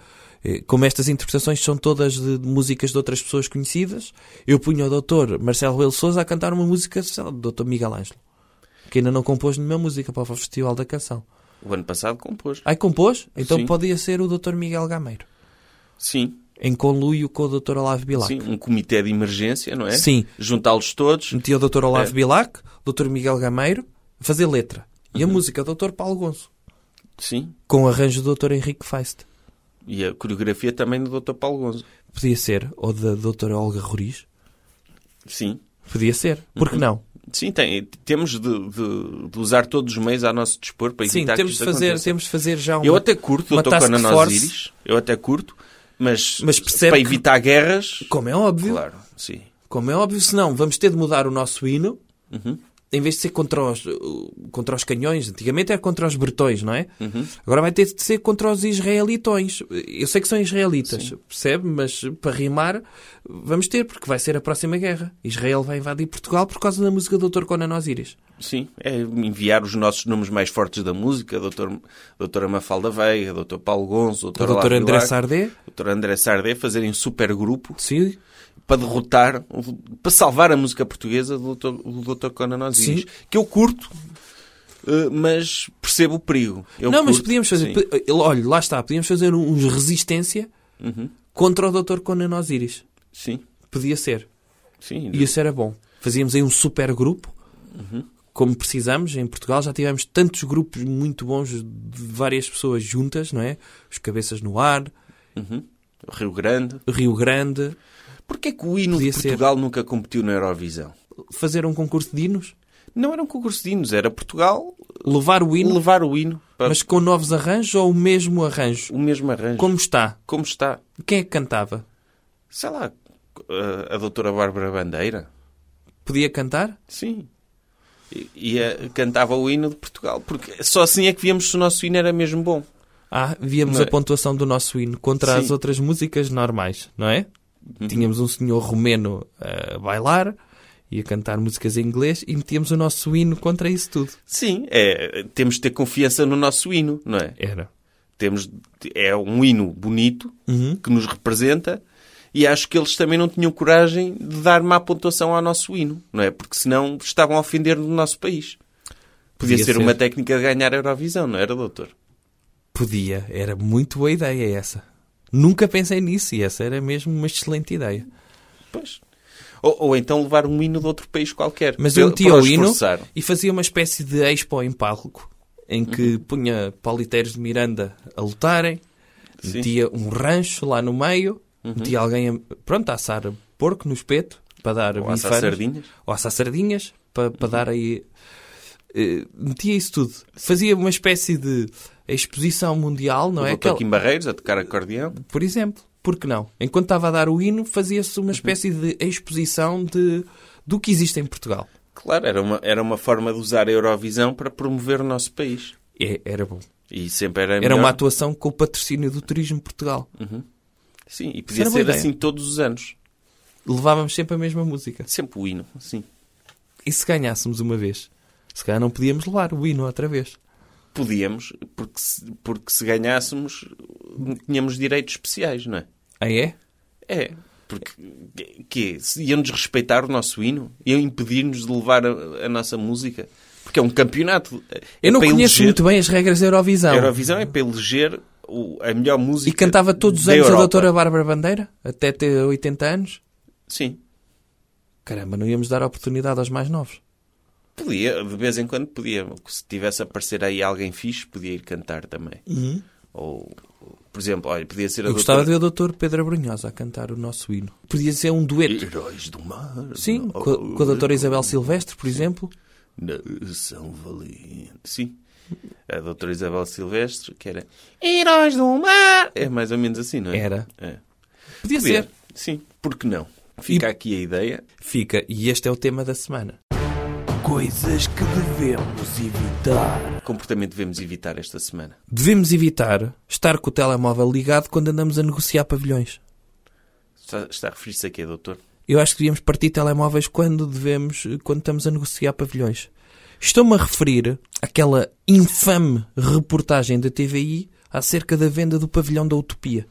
Speaker 3: eh, como estas interpretações são todas de de músicas de outras pessoas conhecidas, eu punho o Dr. Marcelo Rebelo de Sousa a cantar uma música, sei lá, do Dr. Miguel Ângelo, que ainda não compôs nenhuma música para o Festival da Canção.
Speaker 2: O ano passado compôs.
Speaker 3: Ai, compôs? Então
Speaker 2: Sim.
Speaker 3: podia ser o Dr. Miguel Gameiro
Speaker 2: Sim.
Speaker 3: em conluio com o Dr. Olavo Bilac.
Speaker 2: Sim, um comitê de emergência, não é?
Speaker 3: Sim.
Speaker 2: Juntá-los todos.
Speaker 3: Metia o Dr. Olavo
Speaker 2: É.
Speaker 3: Bilac, o Dr. Miguel Gameiro, a fazer letra. E a
Speaker 2: Uhum.
Speaker 3: música do Dr. Paulo Gonço,
Speaker 2: Sim.
Speaker 3: com arranjo do Dr. Henrique Feist.
Speaker 2: E a coreografia também do Dr. Paulo Gonzo.
Speaker 3: Podia ser. Ou da Dra. Olga Ruiz.
Speaker 2: Sim.
Speaker 3: Podia ser. Por
Speaker 2: Uhum.
Speaker 3: que não?
Speaker 2: Sim, tem- temos de, de- de usar todos os meios a nosso dispor para
Speaker 3: Sim,
Speaker 2: evitar
Speaker 3: temos
Speaker 2: que
Speaker 3: de,
Speaker 2: isto
Speaker 3: fazer,
Speaker 2: aconteça.
Speaker 3: temos de fazer já uma...
Speaker 2: Eu até curto
Speaker 3: uma
Speaker 2: o Dr.
Speaker 3: task
Speaker 2: Conan
Speaker 3: force.
Speaker 2: Osiris. Eu até curto. Mas,
Speaker 3: Mas percebe
Speaker 2: para
Speaker 3: que-
Speaker 2: evitar guerras...
Speaker 3: Como é óbvio.
Speaker 2: Claro, sim.
Speaker 3: Como é óbvio, senão vamos ter de mudar o nosso hino.
Speaker 2: Uhum.
Speaker 3: Em vez de ser contra os, uh, contra os canhões, antigamente era contra os bretões, não é?
Speaker 2: Uhum.
Speaker 3: Agora vai ter de ser contra os israelitões. Eu sei que são israelitas, percebe? Mas uh, para rimar, vamos ter, porque vai ser a próxima guerra. Israel vai invadir Portugal por causa da música do Dr. Conan Osiris.
Speaker 2: Sim, é enviar os nossos nomes mais fortes da música, doutor, doutora Mafalda Veiga, doutor Paulo Gonzo,
Speaker 3: O
Speaker 2: doutor,
Speaker 3: Dr.
Speaker 2: Olavo
Speaker 3: André
Speaker 2: Bilac,
Speaker 3: Sardé,
Speaker 2: doutor André Sardé, fazerem um supergrupo
Speaker 3: sim,
Speaker 2: para derrotar, para salvar a música portuguesa do doutor, do doutor Conan Osiris,
Speaker 3: Sim.
Speaker 2: que eu curto, eh, mas percebo o perigo. Eu
Speaker 3: não, mas
Speaker 2: curto,
Speaker 3: podíamos fazer.
Speaker 2: sim.
Speaker 3: pe- Olha, lá está, podíamos fazer um- uns resistência contra o Dr. Conan Osiris.
Speaker 2: Uhum. Sim,
Speaker 3: Podia ser.
Speaker 2: sim.
Speaker 3: E isso era bom. Fazíamos aí um super grupo, como precisamos. Em Portugal já tivemos tantos grupos muito bons de várias pessoas juntas, não é? Os Cabeças no Ar,
Speaker 2: Uhum. Rio Grande.
Speaker 3: Rio Grande.
Speaker 2: Porquê que o hino
Speaker 3: Podia
Speaker 2: de
Speaker 3: ser.
Speaker 2: Portugal nunca competiu na Eurovisão?
Speaker 3: Fazer um concurso de hinos,
Speaker 2: Não era um concurso de hinos, era Portugal
Speaker 3: levar o hino,
Speaker 2: levar o hino para
Speaker 3: mas com novos arranjos ou o mesmo arranjo?
Speaker 2: o mesmo arranjo.
Speaker 3: Como está?
Speaker 2: Como está?
Speaker 3: Quem é que cantava?
Speaker 2: sei lá, eh, a doutora Bárbara Bandeira.
Speaker 3: Podia cantar?
Speaker 2: Sim. E, e, eh, cantava o hino de Portugal, porque só assim é que víamos se o nosso hino era mesmo bom.
Speaker 3: Ah, víamos
Speaker 2: Não
Speaker 3: a
Speaker 2: é?
Speaker 3: pontuação do nosso hino contra
Speaker 2: Sim. Uhum.
Speaker 3: as outras músicas normais, não é? Tínhamos um senhor romeno a bailar e a cantar músicas em inglês e metíamos o nosso hino contra isso tudo.
Speaker 2: Sim, é, temos de ter confiança no nosso hino, não é?
Speaker 3: Era.
Speaker 2: Temos, de- é um hino bonito,
Speaker 3: Uhum.
Speaker 2: que nos representa, e acho que eles também não tinham coragem de dar má pontuação ao nosso hino, não é? Porque senão estavam a ofender no nosso país. Podia,
Speaker 3: Podia
Speaker 2: ser,
Speaker 3: ser.
Speaker 2: uma técnica de ganhar a Eurovisão, não era, doutor?
Speaker 3: Podia, era muito boa ideia essa. Nunca pensei nisso e essa era mesmo uma excelente ideia.
Speaker 2: Pois. Ou, ou então levar um hino de outro país qualquer.
Speaker 3: Mas
Speaker 2: Pe-
Speaker 3: eu metia
Speaker 2: para
Speaker 3: o hino
Speaker 2: esforçar.
Speaker 3: e fazia uma espécie de expo em palco em
Speaker 2: Uhum.
Speaker 3: que punha pauliteiros de Miranda a lutarem,
Speaker 2: Sim. Uhum.
Speaker 3: metia um rancho lá no meio, metia alguém a, pronto, a assar porco no espeto para dar
Speaker 2: Ou assar
Speaker 3: bifanas.
Speaker 2: sardinhas. Uhum.
Speaker 3: ou assar sardinhas para, para dar aí. eh, metia isso tudo. Fazia uma espécie de exposição mundial, não
Speaker 2: Não
Speaker 3: é?
Speaker 2: é
Speaker 3: Aquela-
Speaker 2: Kim Barreiros a tocar acordeão.
Speaker 3: por exemplo. Por que não? Enquanto estava a dar o hino, fazia-se
Speaker 2: Uhum.
Speaker 3: uma espécie de exposição de, do que existe em Portugal.
Speaker 2: Claro, era uma, era uma forma de usar a Eurovisão para promover o nosso país.
Speaker 3: É, era bom.
Speaker 2: E sempre era
Speaker 3: Era
Speaker 2: É melhor. Hum.
Speaker 3: uma atuação com o patrocínio do Turismo de Portugal.
Speaker 2: Sim, e podia
Speaker 3: era boa
Speaker 2: ser
Speaker 3: ideia.
Speaker 2: assim todos os anos.
Speaker 3: Levávamos sempre a mesma música.
Speaker 2: Sempre o hino, sim.
Speaker 3: E se ganhássemos uma vez? Se calhar não podíamos levar o hino outra vez.
Speaker 2: Podíamos, porque se, porque se ganhássemos, tínhamos direitos especiais, não é?
Speaker 3: Ah, é?
Speaker 2: É. Porque, que, se iam desrespeitar o nosso hino? Iam impedir-nos de levar a, a nossa música? porque é um campeonato. É
Speaker 3: Eu não
Speaker 2: para
Speaker 3: conheço
Speaker 2: eleger-
Speaker 3: muito bem as regras da Eurovisão.
Speaker 2: A Eurovisão é para eleger o- a melhor música.
Speaker 3: E cantava todos os
Speaker 2: da
Speaker 3: anos a
Speaker 2: Europa.
Speaker 3: doutora Bárbara Bandeira, até ter 80 anos.
Speaker 2: Sim.
Speaker 3: Caramba, não íamos dar oportunidade aos mais novos.
Speaker 2: Podia, de vez em quando podia. Se tivesse a aparecer aí alguém fixe, podia ir cantar também. Ou, ou, por exemplo, olha, podia ser a
Speaker 3: Eu gostava de
Speaker 2: doutora...
Speaker 3: ver o doutor Pedro Abrunhosa a cantar o nosso hino. Podia ser um dueto.
Speaker 1: Heróis do mar.
Speaker 3: Sim,
Speaker 2: Oh,
Speaker 3: com a, com a doutora Isabel Silvestre, por exemplo.
Speaker 2: Na São Valente. Sim. A doutora Isabel Silvestre, que era... Heróis do mar! É mais ou menos assim, não é?
Speaker 3: Era.
Speaker 2: É.
Speaker 3: Podia
Speaker 2: Podia.
Speaker 3: ser.
Speaker 2: Sim, porque não? Fica aqui a ideia.
Speaker 3: Fica, e este é o tema da semana.
Speaker 1: Coisas que devemos evitar.
Speaker 2: Que comportamento devemos evitar esta semana?
Speaker 3: Devemos evitar estar com o telemóvel ligado quando andamos a negociar pavilhões.
Speaker 2: Está, está a referir-se aqui, doutor?
Speaker 3: Eu acho que devíamos partir telemóveis quando devemos, quando estamos a negociar pavilhões. Estou-me a referir àquela infame reportagem da TVI acerca da venda do pavilhão da Utopia.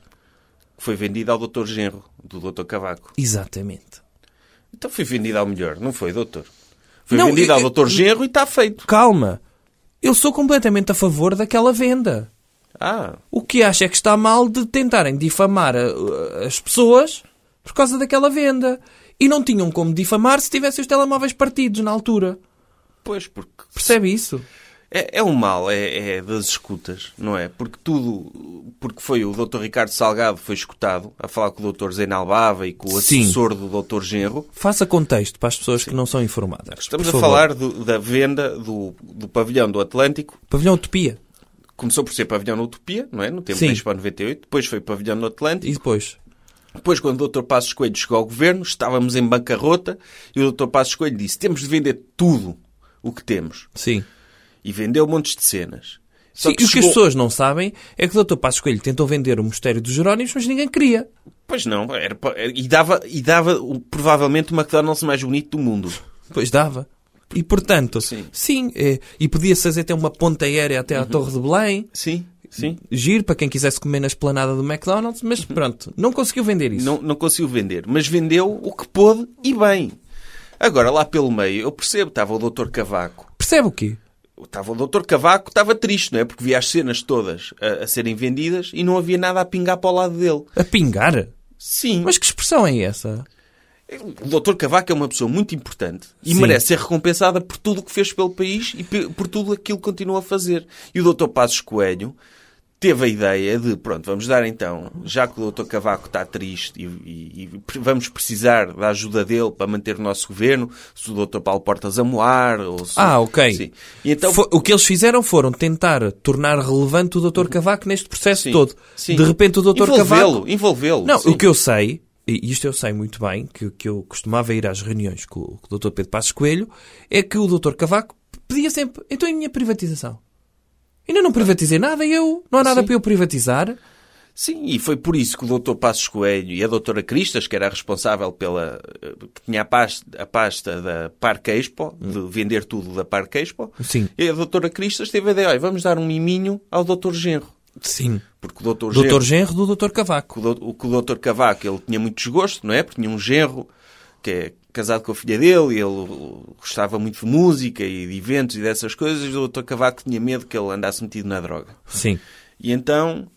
Speaker 2: Que foi vendido ao doutor Genro, do doutor Cavaco.
Speaker 3: Exatamente.
Speaker 2: Então foi vendido ao melhor, não foi, doutor? Foi
Speaker 3: Não,
Speaker 2: vendido
Speaker 3: eu-
Speaker 2: ao doutor Genro e está feito.
Speaker 3: Calma, eu sou completamente a favor daquela venda.
Speaker 2: Ah,
Speaker 3: O que acho é que está mal de tentarem difamar uh, as pessoas por causa daquela venda. E não tinham como difamar se tivessem os telemóveis partidos na altura.
Speaker 2: pois, porque...
Speaker 3: Percebe isso?
Speaker 2: É, é um mal, é, é das escutas, não é? Porque tudo... Porque foi o doutor Ricardo Salgado foi escutado a falar com o doutor Zenalbava e com o
Speaker 3: Sim.
Speaker 2: assessor do doutor Genro.
Speaker 3: Faça contexto para as pessoas que não são informadas.
Speaker 2: Estamos
Speaker 3: por
Speaker 2: a
Speaker 3: favor.
Speaker 2: falar do- da venda do, do pavilhão do Atlântico
Speaker 3: Pavilhão Utopia.
Speaker 2: Começou por ser pavilhão na Utopia, não é? No tempo
Speaker 3: Sim.
Speaker 2: da Expo 98. Depois foi pavilhão no
Speaker 3: E
Speaker 2: Atlântico.
Speaker 3: depois?
Speaker 2: Depois, quando o Dr. Passos Coelho chegou ao governo, estávamos em bancarrota e o Dr. Passos Coelho disse temos de vender tudo o que temos.
Speaker 3: Sim.
Speaker 2: E vendeu montes de cenas. Só
Speaker 3: Sim, e o que as pessoas não sabem é que o Dr. Passos Coelho tentou vender o Mistério dos Jerónimos, mas ninguém queria.
Speaker 2: Pois não. Era... pa- E dava, e dava o- provavelmente o McDonald's mais bonito do mundo.
Speaker 3: Pois dava. E portanto,
Speaker 2: Sim. Uhum.
Speaker 3: sim, é, e podia-se fazer até uma ponta aérea até à Torre de Belém,
Speaker 2: Sim, sim.
Speaker 3: giro para quem quisesse comer na esplanada do McDonald's, mas pronto, não conseguiu vender isso.
Speaker 2: Não, não conseguiu vender. Mas vendeu o que pôde e bem. Agora, lá pelo meio, eu percebo, estava o Dr. Cavaco.
Speaker 3: Percebe o quê?
Speaker 2: Estava o doutor Cavaco estava triste, não é? Porque via as cenas todas a, a serem vendidas e não havia nada a pingar para o lado dele.
Speaker 3: A pingar?
Speaker 2: Sim, mas
Speaker 3: Mas que expressão é essa?
Speaker 2: o doutor Cavaco é uma pessoa muito importante e
Speaker 3: Sim.
Speaker 2: merece ser recompensada por tudo o que fez pelo país e pe- por tudo aquilo que continua a fazer. E o doutor Passos Coelho teve a ideia de, pronto, vamos dar então, já que o doutor Cavaco está triste e, e- e pre- vamos precisar da ajuda dele para manter o nosso governo, se o doutor Paulo Portas a moar ou se...
Speaker 3: Ah, ok.
Speaker 2: Sim. E então...
Speaker 3: Fo- o que eles fizeram foram tentar tornar relevante o Dr. Cavaco neste processo
Speaker 2: Uhum. Sim,
Speaker 3: todo.
Speaker 2: sim.
Speaker 3: De repente o Dr. Cavaco
Speaker 2: Envolvê-lo, envolvê-lo.
Speaker 3: Não,
Speaker 2: sim.
Speaker 3: o que eu sei, e isto eu sei muito bem, que, que eu costumava ir às reuniões com, o- com o Dr. Pedro Passos Coelho, é que o Dr. Cavaco pedia sempre, então e a minha privatização? Ainda não privatizei nada e eu, não há nada
Speaker 2: Sim.
Speaker 3: para eu privatizar.
Speaker 2: Sim, e foi por isso que o Dr. Passos Coelho e a Dra. Cristas, que era a responsável pela. eh, que tinha a pasta, a pasta da Parque Expo, de vender tudo da Parque Expo,
Speaker 3: Sim.
Speaker 2: e a Dra. Cristas teve a ideia, olha, vamos dar um miminho ao Dr. Genro.
Speaker 3: Sim.
Speaker 2: Porque o Dr.
Speaker 3: Dr.
Speaker 2: Genro.
Speaker 3: Genro do Dr.
Speaker 2: que
Speaker 3: Cavaco.
Speaker 2: o dou- O que o Dr. Cavaco ele tinha muito desgosto, não é? Porque tinha um genro que é casado com a filha dele e ele gostava muito de música e de eventos e dessas coisas, e o Dr. Cavaco tinha medo que ele andasse metido na droga.
Speaker 3: Sim.
Speaker 2: E então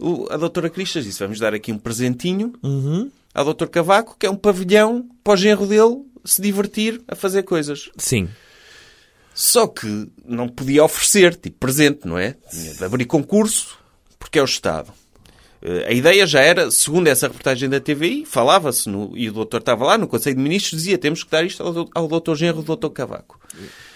Speaker 2: o- a doutora Cristas disse: Vamos dar aqui um presentinho ao doutor Cavaco, que é um pavilhão para o genro dele se divertir a fazer coisas.
Speaker 3: Sim.
Speaker 2: Só que não podia oferecer, tipo, presente, não é? Tinha de abrir concurso, porque é o Estado. Eh, A ideia já era, segundo essa reportagem da TVI, falava-se, no- e o doutor estava lá no Conselho de Ministros, dizia: Temos que dar isto ao, dou- ao doutor genro do doutor Cavaco.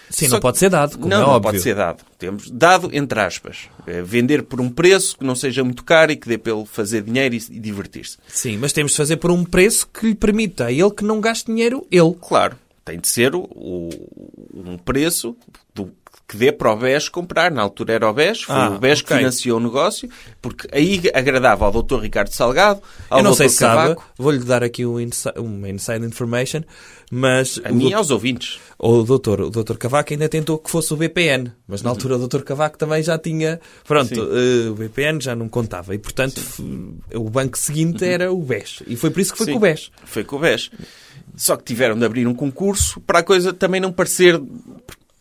Speaker 3: Sim,
Speaker 2: Só
Speaker 3: não
Speaker 2: que-
Speaker 3: pode ser dado, como
Speaker 2: não,
Speaker 3: é
Speaker 2: não
Speaker 3: óbvio.
Speaker 2: pode ser dado. Temos dado entre aspas. É vender por um preço que não seja muito caro e que dê pelo fazer dinheiro e, e divertir-se.
Speaker 3: Sim, mas temos de fazer por um preço que lhe permita a ele que não gaste dinheiro, ele.
Speaker 2: Claro, tem de ser o, o- um preço do- que dê para o BES comprar. Na altura era o BES, foi
Speaker 3: Ah,
Speaker 2: o BES que
Speaker 3: ok.
Speaker 2: financiou o negócio, porque aí agradava ao Dr. Ricardo Salgado, ao
Speaker 3: eu não
Speaker 2: Dr.
Speaker 3: sei se sabe,
Speaker 2: Cavaco,
Speaker 3: vou-lhe dar aqui um insi- uma inside information, mas
Speaker 2: a
Speaker 3: o
Speaker 2: mim
Speaker 3: Dr.
Speaker 2: e aos ouvintes.
Speaker 3: O doutor, o doutor Cavaco ainda tentou que fosse o BPN, mas
Speaker 2: Uhum.
Speaker 3: na altura o doutor Cavaco também já tinha. Pronto, eh, o BPN já não contava e, portanto, f- o banco seguinte era o BES. E foi por isso que foi
Speaker 2: Uhum. Sim,
Speaker 3: com o BES.
Speaker 2: Foi com o BES. Só que tiveram de abrir um concurso para a coisa também não parecer.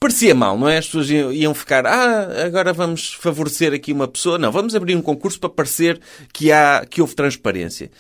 Speaker 2: Parecia mal, não é? As pessoas iam iam ficar, ah, agora vamos favorecer aqui uma pessoa. Não, vamos abrir um concurso para parecer que, há, que houve transparência.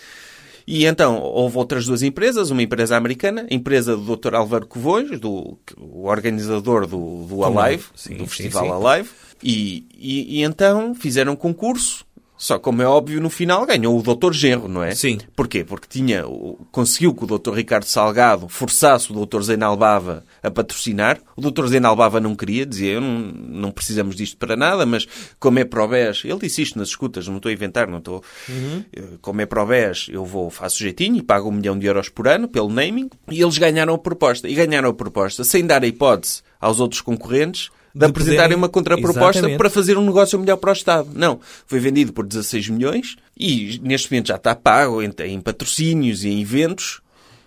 Speaker 2: E então houve outras duas empresas, uma empresa americana, a empresa do Dr. Álvaro Covões, do, o organizador do, do Alive,
Speaker 4: Sim,
Speaker 2: do
Speaker 4: sim,
Speaker 2: Festival
Speaker 4: sim.
Speaker 2: Alive, e, e, e então fizeram um concurso. Só que, como é óbvio, no final ganhou o Dr. Genro, não é?
Speaker 4: Sim.
Speaker 2: Porquê? Porque tinha, o- conseguiu que o Dr. Ricardo Salgado forçasse o Dr. Zeinal Bava a patrocinar. O Dr. Zeinal Bava não queria, dizia, eu não, não precisamos disto para nada, mas como é para o BES, ele disse isto nas escutas, não estou a inventar, não estou.
Speaker 4: Uhum.
Speaker 2: Eh, Como é para o BES, eu vou, faço jeitinho e pago um milhão de euros por ano pelo naming. E eles ganharam a proposta. E ganharam a proposta sem dar a hipótese aos outros concorrentes de,
Speaker 3: De
Speaker 2: apresentarem
Speaker 3: poderem-
Speaker 2: uma contraproposta
Speaker 3: Exatamente.
Speaker 2: para fazer um negócio melhor para o Estado. Não. Foi vendido por 16 milhões e neste momento já está pago em, em patrocínios e em eventos.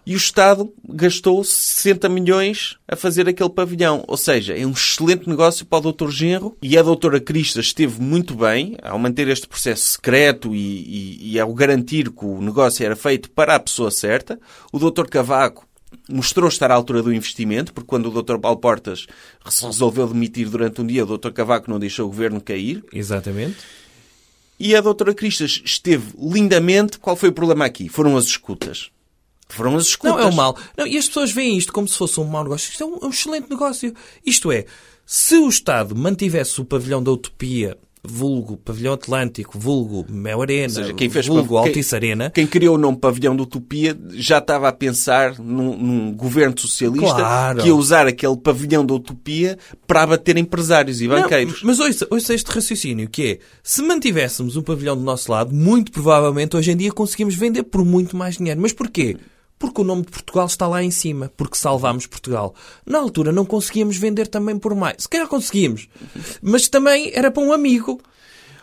Speaker 2: E o Estado gastou 60 milhões a fazer aquele pavilhão. Ou seja, é um excelente negócio para o Dr. Genro. E a Doutora Crista esteve muito bem ao manter este processo secreto e, e- e ao garantir que o negócio era feito para a pessoa certa. O Dr. Cavaco mostrou estar à altura do investimento, porque quando o Dr. Paulo Portas se resolveu demitir durante um dia, o Dr. Cavaco não deixou o governo cair.
Speaker 4: Exatamente.
Speaker 2: E a Dra Cristas esteve lindamente. Qual foi o problema aqui? Foram as escutas. Foram as escutas.
Speaker 3: Não, é o mal. Não, e as pessoas veem isto como se fosse um mau negócio. Isto é um, é um excelente negócio. Isto é, se o Estado mantivesse o pavilhão da Utopia, vulgo Pavilhão Atlântico, vulgo Mel Arena,
Speaker 2: Ou seja, quem fez
Speaker 3: vulgo
Speaker 2: pav-
Speaker 3: Altice Arena...
Speaker 2: Quem criou o nome Pavilhão de Utopia já estava a pensar num, num governo socialista
Speaker 3: Claro.
Speaker 2: que ia usar aquele pavilhão da Utopia para abater empresários e
Speaker 3: Não,
Speaker 2: banqueiros.
Speaker 3: mas ouça, ouça este raciocínio, que é, se mantivéssemos um pavilhão do nosso lado, muito provavelmente hoje em dia conseguimos vender por muito mais dinheiro. Mas porquê? Porque o nome de Portugal está lá em cima, porque salvámos Portugal. Na altura não conseguíamos vender também por mais. Se calhar conseguimos, mas também era para um amigo.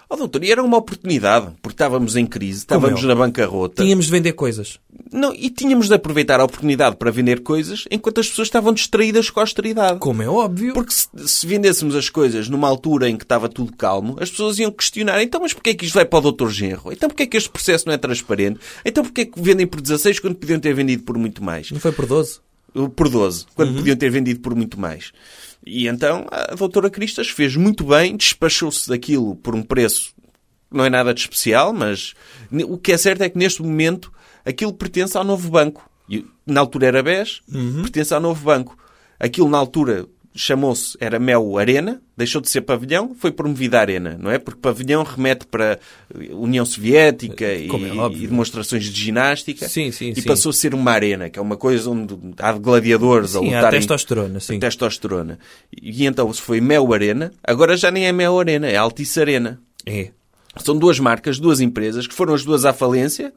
Speaker 2: Oh, doutor, e era uma oportunidade, porque estávamos em crise,
Speaker 3: Como é
Speaker 2: estávamos
Speaker 3: eu.
Speaker 2: na bancarrota.
Speaker 3: Tínhamos de vender coisas.
Speaker 2: Não, e tínhamos de aproveitar a oportunidade para vender coisas enquanto as pessoas estavam distraídas com a austeridade.
Speaker 3: Como é óbvio.
Speaker 2: Porque se, se vendêssemos as coisas numa altura em que estava tudo calmo, as pessoas iam questionar, então mas porquê é que isto vai para o Dr. Genro? Então porquê é que este processo não é transparente? Então porquê é que vendem por 16 quando podiam ter vendido por muito mais?
Speaker 3: Não foi por 12?
Speaker 2: Por 12, quando
Speaker 3: Uhum.
Speaker 2: podiam ter vendido por muito mais. E então a doutora Cristas fez muito bem, despachou-se daquilo por um preço que não é nada de especial, mas ne- o que é certo é que neste momento aquilo pertence ao novo banco. E, na altura era BES,
Speaker 3: Uhum.
Speaker 2: pertence ao novo banco. Aquilo na altura chamou-se, era Mel Arena, deixou de ser pavilhão, foi promovida a Arena, não é? Porque pavilhão remete para eh, União Soviética e,
Speaker 3: Como é óbvio.
Speaker 2: e demonstrações de ginástica.
Speaker 3: Sim, sim,
Speaker 2: e
Speaker 3: sim.
Speaker 2: passou a ser uma arena, que é uma coisa onde há gladiadores a
Speaker 3: Sim, há
Speaker 2: lutarem
Speaker 3: testosterona, sim.
Speaker 2: testosterona. E então se foi Mel Arena, agora já nem é Mel Arena, é Altice Arena.
Speaker 3: É.
Speaker 2: São duas marcas, duas empresas, que foram as duas à falência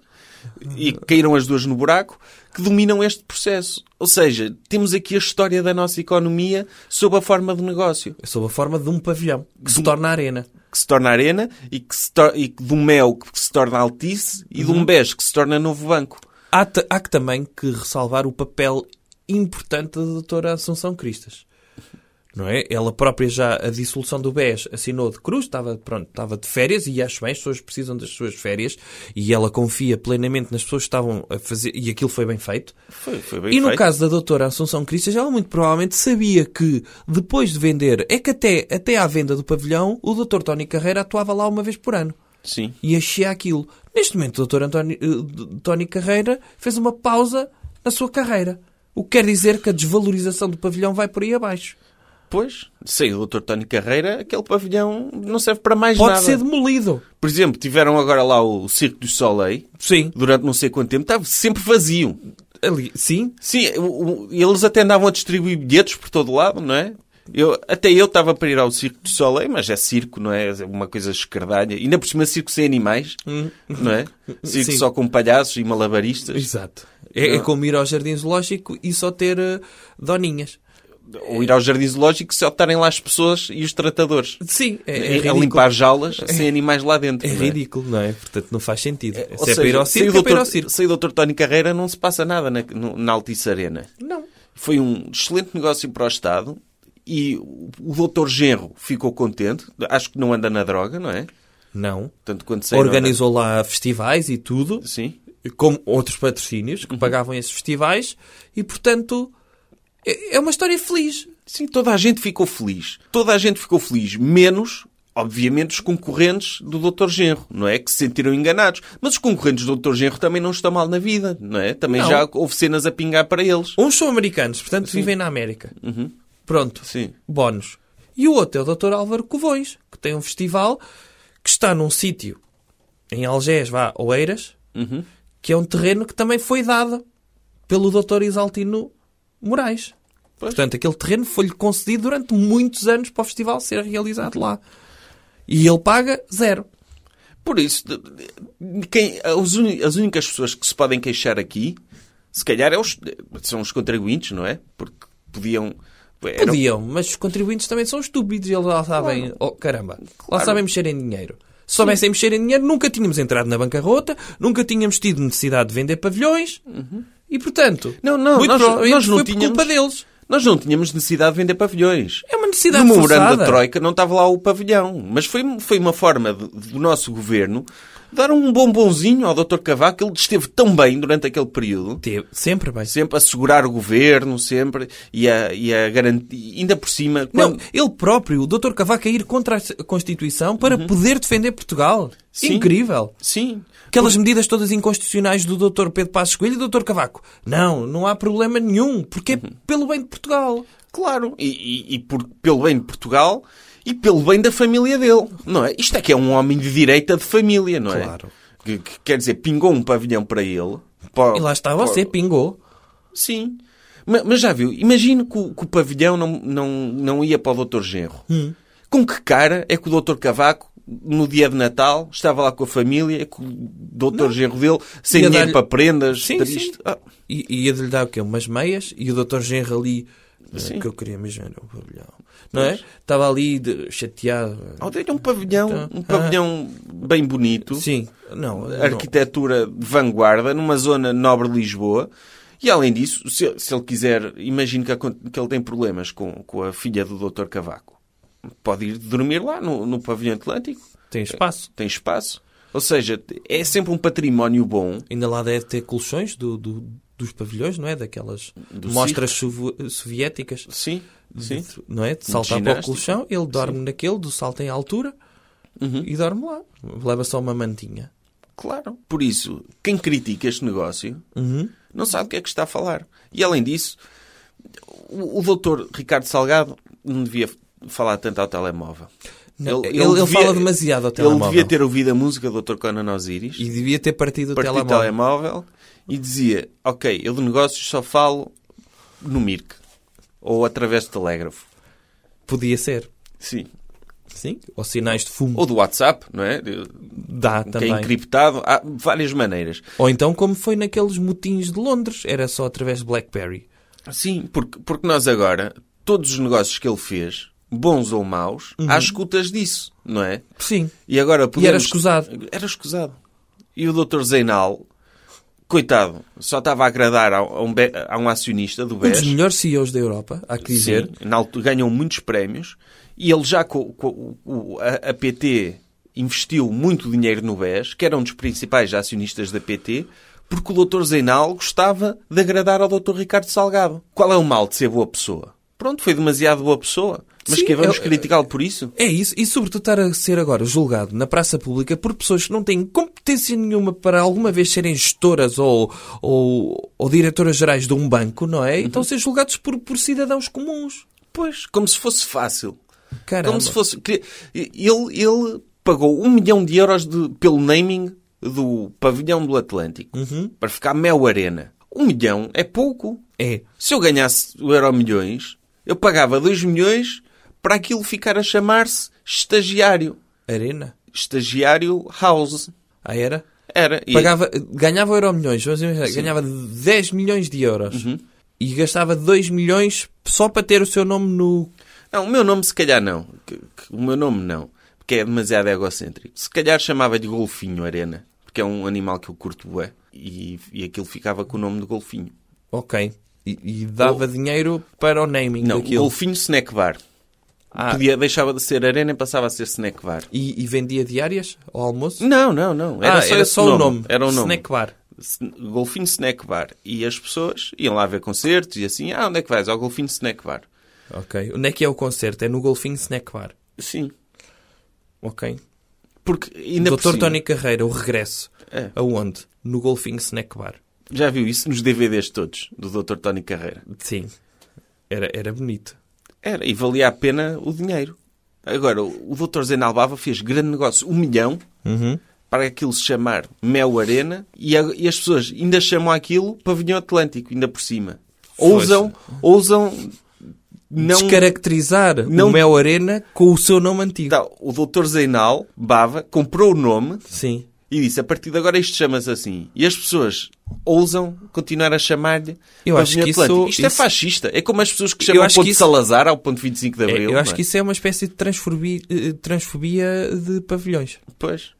Speaker 2: e caíram as duas no buraco, que dominam este processo. Ou seja, temos aqui a história da nossa economia sob a forma de negócio,
Speaker 3: Sob a forma de um pavilhão, que se torna arena.
Speaker 2: que se torna arena e que se tor- e que do Mel que se torna Altice e
Speaker 3: Uhum.
Speaker 2: do BES que se torna Novo Banco.
Speaker 3: Há, ta- há que também que ressalvar o papel importante da doutora Assunção Cristas. Não é? Ela própria já a dissolução do BES assinou de cruz, estava, pronto, estava de férias e acho bem, as pessoas precisam das suas férias e ela confia plenamente nas pessoas que estavam a fazer e aquilo foi bem feito.
Speaker 2: Foi, foi bem
Speaker 3: E no
Speaker 2: feito.
Speaker 3: caso da doutora Assunção Cristas, ela muito provavelmente sabia que depois de vender, é que até, até à venda do pavilhão, o doutor Tony Carreira atuava lá uma vez por ano
Speaker 2: Sim.
Speaker 3: e achei aquilo. Neste momento, o Dr. António, eh, Tony Carreira fez uma pausa na sua carreira. O que quer dizer que a desvalorização do pavilhão vai por aí abaixo.
Speaker 2: Pois, sem o Dr. Tony Carreira, aquele pavilhão não serve para mais
Speaker 3: Pode
Speaker 2: nada.
Speaker 3: ser demolido.
Speaker 2: Por exemplo, tiveram agora lá o Circo do Soleil,
Speaker 3: Sim.
Speaker 2: durante não sei quanto tempo, estava sempre vazio.
Speaker 3: Ali, sim.
Speaker 2: Sim, o- o- eles até andavam a distribuir bilhetes por todo lado, não é? Eu, até eu estava para ir ao Circo do Soleil, mas é circo, não é? É uma coisa escardalha. Ainda por cima, circo sem animais, não é? Circo
Speaker 3: Hum. Sim.
Speaker 2: só com palhaços e malabaristas.
Speaker 3: Exato. É, é como ir ao jardim zoológico e só ter eh, doninhas.
Speaker 2: Ou ir ao Jardim Zoológico só estarem lá as pessoas e os tratadores.
Speaker 3: Sim, é, é
Speaker 2: a
Speaker 3: ridículo.
Speaker 2: limpar jaulas sem animais lá dentro.
Speaker 3: É
Speaker 2: não é?
Speaker 3: ridículo, não é? Portanto, não faz sentido.
Speaker 2: Ou
Speaker 3: Se
Speaker 2: seja,
Speaker 3: é para ir ao circo,
Speaker 2: sem
Speaker 3: é para ir
Speaker 2: Dr.
Speaker 3: ao circo.
Speaker 2: Sem o Dr. Tony Carreira não se passa nada na, no- na Altice Arena.
Speaker 3: Não.
Speaker 2: Foi um excelente negócio para o Estado e o o Dr. Genro ficou contente. Acho que não anda na droga, não é?
Speaker 3: Não.
Speaker 2: Tanto quanto sei. não anda-
Speaker 3: Organizou lá festivais e tudo.
Speaker 2: Sim. Uhum.
Speaker 3: como outros patrocínios que pagavam esses festivais e portanto é é uma história feliz
Speaker 2: Sim, toda a gente ficou feliz. Toda a gente ficou feliz, menos, obviamente, os concorrentes do Dr. Genro, não é? Que se sentiram enganados. Mas os concorrentes do Dr. Genro também não estão mal na vida, não é? Também
Speaker 3: Não.
Speaker 2: já houve cenas a pingar para eles.
Speaker 3: Uns são americanos, portanto vivem na América. Pronto.
Speaker 2: Uhum. Sim.
Speaker 3: Bónus. E o outro é o Dr. Álvaro Covões, que tem um festival que está num sítio em Algés, vá, Oeiras,
Speaker 2: Uhum.
Speaker 3: que é um terreno que também foi dado pelo Dr. Isaltino Moraes.
Speaker 2: Pois.
Speaker 3: Portanto, aquele terreno foi-lhe concedido durante muitos anos para o festival ser realizado lá. E ele paga zero.
Speaker 2: Por isso, de- de- quem, os uni- as únicas pessoas que se podem queixar aqui, se calhar, é os- são os contribuintes, não é? Porque podiam. eram-
Speaker 3: Podiam, mas os contribuintes também são estúpidos e eles lá sabem. Oh, caramba, lá
Speaker 2: Claro.
Speaker 3: sabem mexer em dinheiro. Se soubessem mexer em dinheiro, nunca tínhamos entrado na bancarrota, nunca tínhamos tido necessidade de vender pavilhões e, portanto,
Speaker 2: Uhum. Não, não,
Speaker 3: muito
Speaker 2: nós-
Speaker 3: provavelmente
Speaker 2: nós não
Speaker 3: foi por
Speaker 2: tínhamos-
Speaker 3: culpa deles.
Speaker 2: Nós não tínhamos necessidade de vender pavilhões.
Speaker 3: É
Speaker 2: No
Speaker 3: uma necessidade
Speaker 2: memorando
Speaker 3: forçada.
Speaker 2: da Troika não estava lá o pavilhão. Mas foi, foi uma forma de- do nosso governo dar um bombonzinho ao Dr. Cavaco. Ele esteve tão bem durante aquele período.
Speaker 3: Teve- Sempre bem.
Speaker 2: Sempre a segurar o governo, sempre. E a, e a garantir. Ainda por cima.
Speaker 3: Não,
Speaker 2: quando-
Speaker 3: ele próprio, o Dr. Cavaco, a ir contra a Constituição para poder defender Portugal.
Speaker 2: Uhum. Sim.
Speaker 3: Incrível.
Speaker 2: Sim.
Speaker 3: Aquelas medidas todas inconstitucionais do Dr. Pedro Passos Coelho e do Dr. Cavaco. Não, não há problema nenhum, porque
Speaker 2: Uhum.
Speaker 3: é pelo bem de Portugal.
Speaker 2: Claro, e, e- e por- pelo bem de Portugal e pelo bem da família dele, não é? Isto é que é um homem de direita de família, não é?
Speaker 3: Claro.
Speaker 2: Que, que quer dizer, pingou um pavilhão para ele. para-
Speaker 3: E lá está
Speaker 2: para-
Speaker 3: você, pingou.
Speaker 2: Sim. Ma- Mas, já viu, imagino que o, que o pavilhão não, não, não ia para o Dr. Genro.
Speaker 3: Hum.
Speaker 2: Com que cara é que o Dr. Cavaco, no dia de Natal, estava lá com a família, com o Dr. Genro dele, sem
Speaker 3: Ia
Speaker 2: dinheiro
Speaker 3: dar-lhe-
Speaker 2: para prendas,
Speaker 3: Sim,
Speaker 2: triste.
Speaker 3: sim.
Speaker 2: Ah,
Speaker 3: E e ia-lhe dar o quê? Umas meias e o Dr. Genro ali. eh,
Speaker 2: Sim.
Speaker 3: Que eu queria mesmo era um pavilhão. Não é? Estava ali de- chateado.
Speaker 2: oh, dei-lhe um pavilhão, um pavilhão bem bonito.
Speaker 3: Então, ah. Sim. Não, não.
Speaker 2: arquitetura de vanguarda numa zona nobre de Lisboa. E além disso, se, se ele quiser, imagino que, acon- que ele tem problemas com, com a filha do Dr. Cavaco. Pode ir dormir lá no, no pavilhão Atlântico,
Speaker 3: Tem espaço.
Speaker 2: tem espaço. Ou seja, é sempre um património bom.
Speaker 3: Ainda lá deve ter colchões do- do- dos pavilhões, não é? Daquelas
Speaker 2: Do
Speaker 3: mostras sovo- soviéticas.
Speaker 2: Sim, sim.
Speaker 3: De- não é? De saltar para o
Speaker 2: ginástica.
Speaker 3: colchão, ele dorme naquele, do salto em altura
Speaker 2: Uhum.
Speaker 3: e dorme lá. Leva só uma mantinha.
Speaker 2: Claro. Por isso, quem critica este negócio
Speaker 3: Uhum.
Speaker 2: não sabe o que é que está a falar. E além disso, o, o doutor Ricardo Salgado não devia falar tanto ao telemóvel.
Speaker 3: Não, ele- ele fala demasiado ao telemóvel.
Speaker 2: Ele devia ter ouvido a música do Dr. Conan Osiris,
Speaker 3: E devia ter partido o
Speaker 2: partido do
Speaker 3: telemóvel.
Speaker 2: telemóvel e dizia: Ok, eu de negócios só falo no Mirk ou através do telégrafo.
Speaker 3: Podia ser.
Speaker 2: Sim.
Speaker 3: Sim. Ou sinais de fumo.
Speaker 2: Ou do WhatsApp, não é?
Speaker 3: Dá
Speaker 2: Que é
Speaker 3: também.
Speaker 2: encriptado. Há várias maneiras.
Speaker 3: Ou então, como foi naqueles motins de Londres, era só através de Blackberry.
Speaker 2: Sim, porque, porque nós agora, todos os negócios que ele fez, bons ou maus, há escutas disso, não é?
Speaker 3: Sim.
Speaker 2: E agora podemos...
Speaker 3: Uhum. era escusado.
Speaker 2: Era escusado. E o Dr. Zeinal, coitado, só estava a agradar a, a um, be- a um acionista do
Speaker 3: Um dos
Speaker 2: BES.
Speaker 3: melhores CEOs da Europa, há que dizer.
Speaker 2: Sim, na altura ganham muitos prémios. E ele já com, com o- o- a, a PT investiu muito dinheiro no BES, que era um dos principais acionistas da PT, porque o Dr. Zeinal gostava de agradar ao Dr. Ricardo Salgado. Qual é o mal de ser boa pessoa? Pronto, foi demasiado boa pessoa. Mas
Speaker 3: Sim,
Speaker 2: que vamos
Speaker 3: eu-
Speaker 2: criticá-lo por isso?
Speaker 3: É isso, e sobretudo estar a ser agora julgado na praça pública por pessoas que não têm competência nenhuma para alguma vez serem gestoras ou, ou, ou diretoras gerais de um banco, não é? E estão a ser julgados por, por cidadãos comuns.
Speaker 2: Uhum. Pois, como se fosse fácil.
Speaker 3: Caramba.
Speaker 2: Como se fosse. que- Ele, ele pagou um milhão de euros de- pelo naming do pavilhão do Atlântico
Speaker 3: Uhum.
Speaker 2: para ficar Mel Arena. Um milhão é pouco.
Speaker 3: É.
Speaker 2: Se eu ganhasse o Euro Milhões, eu pagava dois milhões para aquilo ficar a chamar-se estagiário.
Speaker 3: Arena?
Speaker 2: Estagiário House.
Speaker 3: Ah, era?
Speaker 2: Era. E-
Speaker 3: Pagava, ganhava euro milhões, vamos imaginar, ganhava 10 milhões de euros
Speaker 2: Uhum.
Speaker 3: e gastava 2 milhões só para ter o seu nome no.
Speaker 2: Não, o meu nome se calhar não. Que- que- O meu nome não. Porque é demasiado egocêntrico. Se calhar chamava-lhe Golfinho Arena. Porque é um animal que eu curto bué. E, e aquilo ficava com o nome de Golfinho.
Speaker 3: Ok. E, e dava dinheiro para o naming
Speaker 2: Não,
Speaker 3: daquilo.
Speaker 2: Golfinho Snack Bar.
Speaker 3: Ah.
Speaker 2: Podia, deixava de ser arena e passava a ser snack bar.
Speaker 3: E, e vendia diárias ao almoço?
Speaker 2: Não, não, não. Hum, Era
Speaker 3: Ah,
Speaker 2: só,
Speaker 3: era
Speaker 2: esse
Speaker 3: só o nome.
Speaker 2: Era o nome.
Speaker 3: Snack Bar.
Speaker 2: Sn- Golfinho Snack Bar. E as pessoas iam lá ver concertos e assim, ah, onde é que vais? Ao Golfinho Snack Bar.
Speaker 3: Ok. Onde é que é o concerto? É no Golfinho Snack Bar.
Speaker 2: Sim.
Speaker 3: Ok.
Speaker 2: Porque ainda por
Speaker 3: Dr.
Speaker 2: cima-
Speaker 3: Tony Carreira, o regresso.
Speaker 2: É.
Speaker 3: Aonde? No Golfinho Snack Bar.
Speaker 2: Já viu isso nos DVDs todos do Dr. Tony Carreira?
Speaker 3: Sim. Era, era bonito.
Speaker 2: Era, e valia a pena o dinheiro. Agora, o o Dr. Zenalbava fez grande negócio, um milhão, para aquilo se chamar Mel Arena, e, a- e as pessoas ainda chamam aquilo Pavilhão Atlântico, ainda por cima. Ousam, ousam não...
Speaker 3: Descaracterizar
Speaker 2: não-
Speaker 3: o Mel Arena com o seu nome antigo.
Speaker 2: Então, o Dr. Zeinal Bava comprou o nome
Speaker 3: Sim.
Speaker 2: e disse, a partir de agora isto chama-se assim. E as pessoas ousam continuar a chamar-lhe
Speaker 3: Eu acho
Speaker 2: Pavilhão
Speaker 3: que isso-
Speaker 2: Atlântico. Isto é
Speaker 3: isso-
Speaker 2: fascista. É como as pessoas que
Speaker 3: Eu
Speaker 2: chamam o
Speaker 3: acho
Speaker 2: Ponto
Speaker 3: que
Speaker 2: de
Speaker 3: isso-
Speaker 2: Salazar ao Ponto 25 de
Speaker 3: É,
Speaker 2: Abril.
Speaker 3: eu acho
Speaker 2: não é?
Speaker 3: que isso é uma espécie de transformi- eh, transfobia de pavilhões.
Speaker 2: Pois.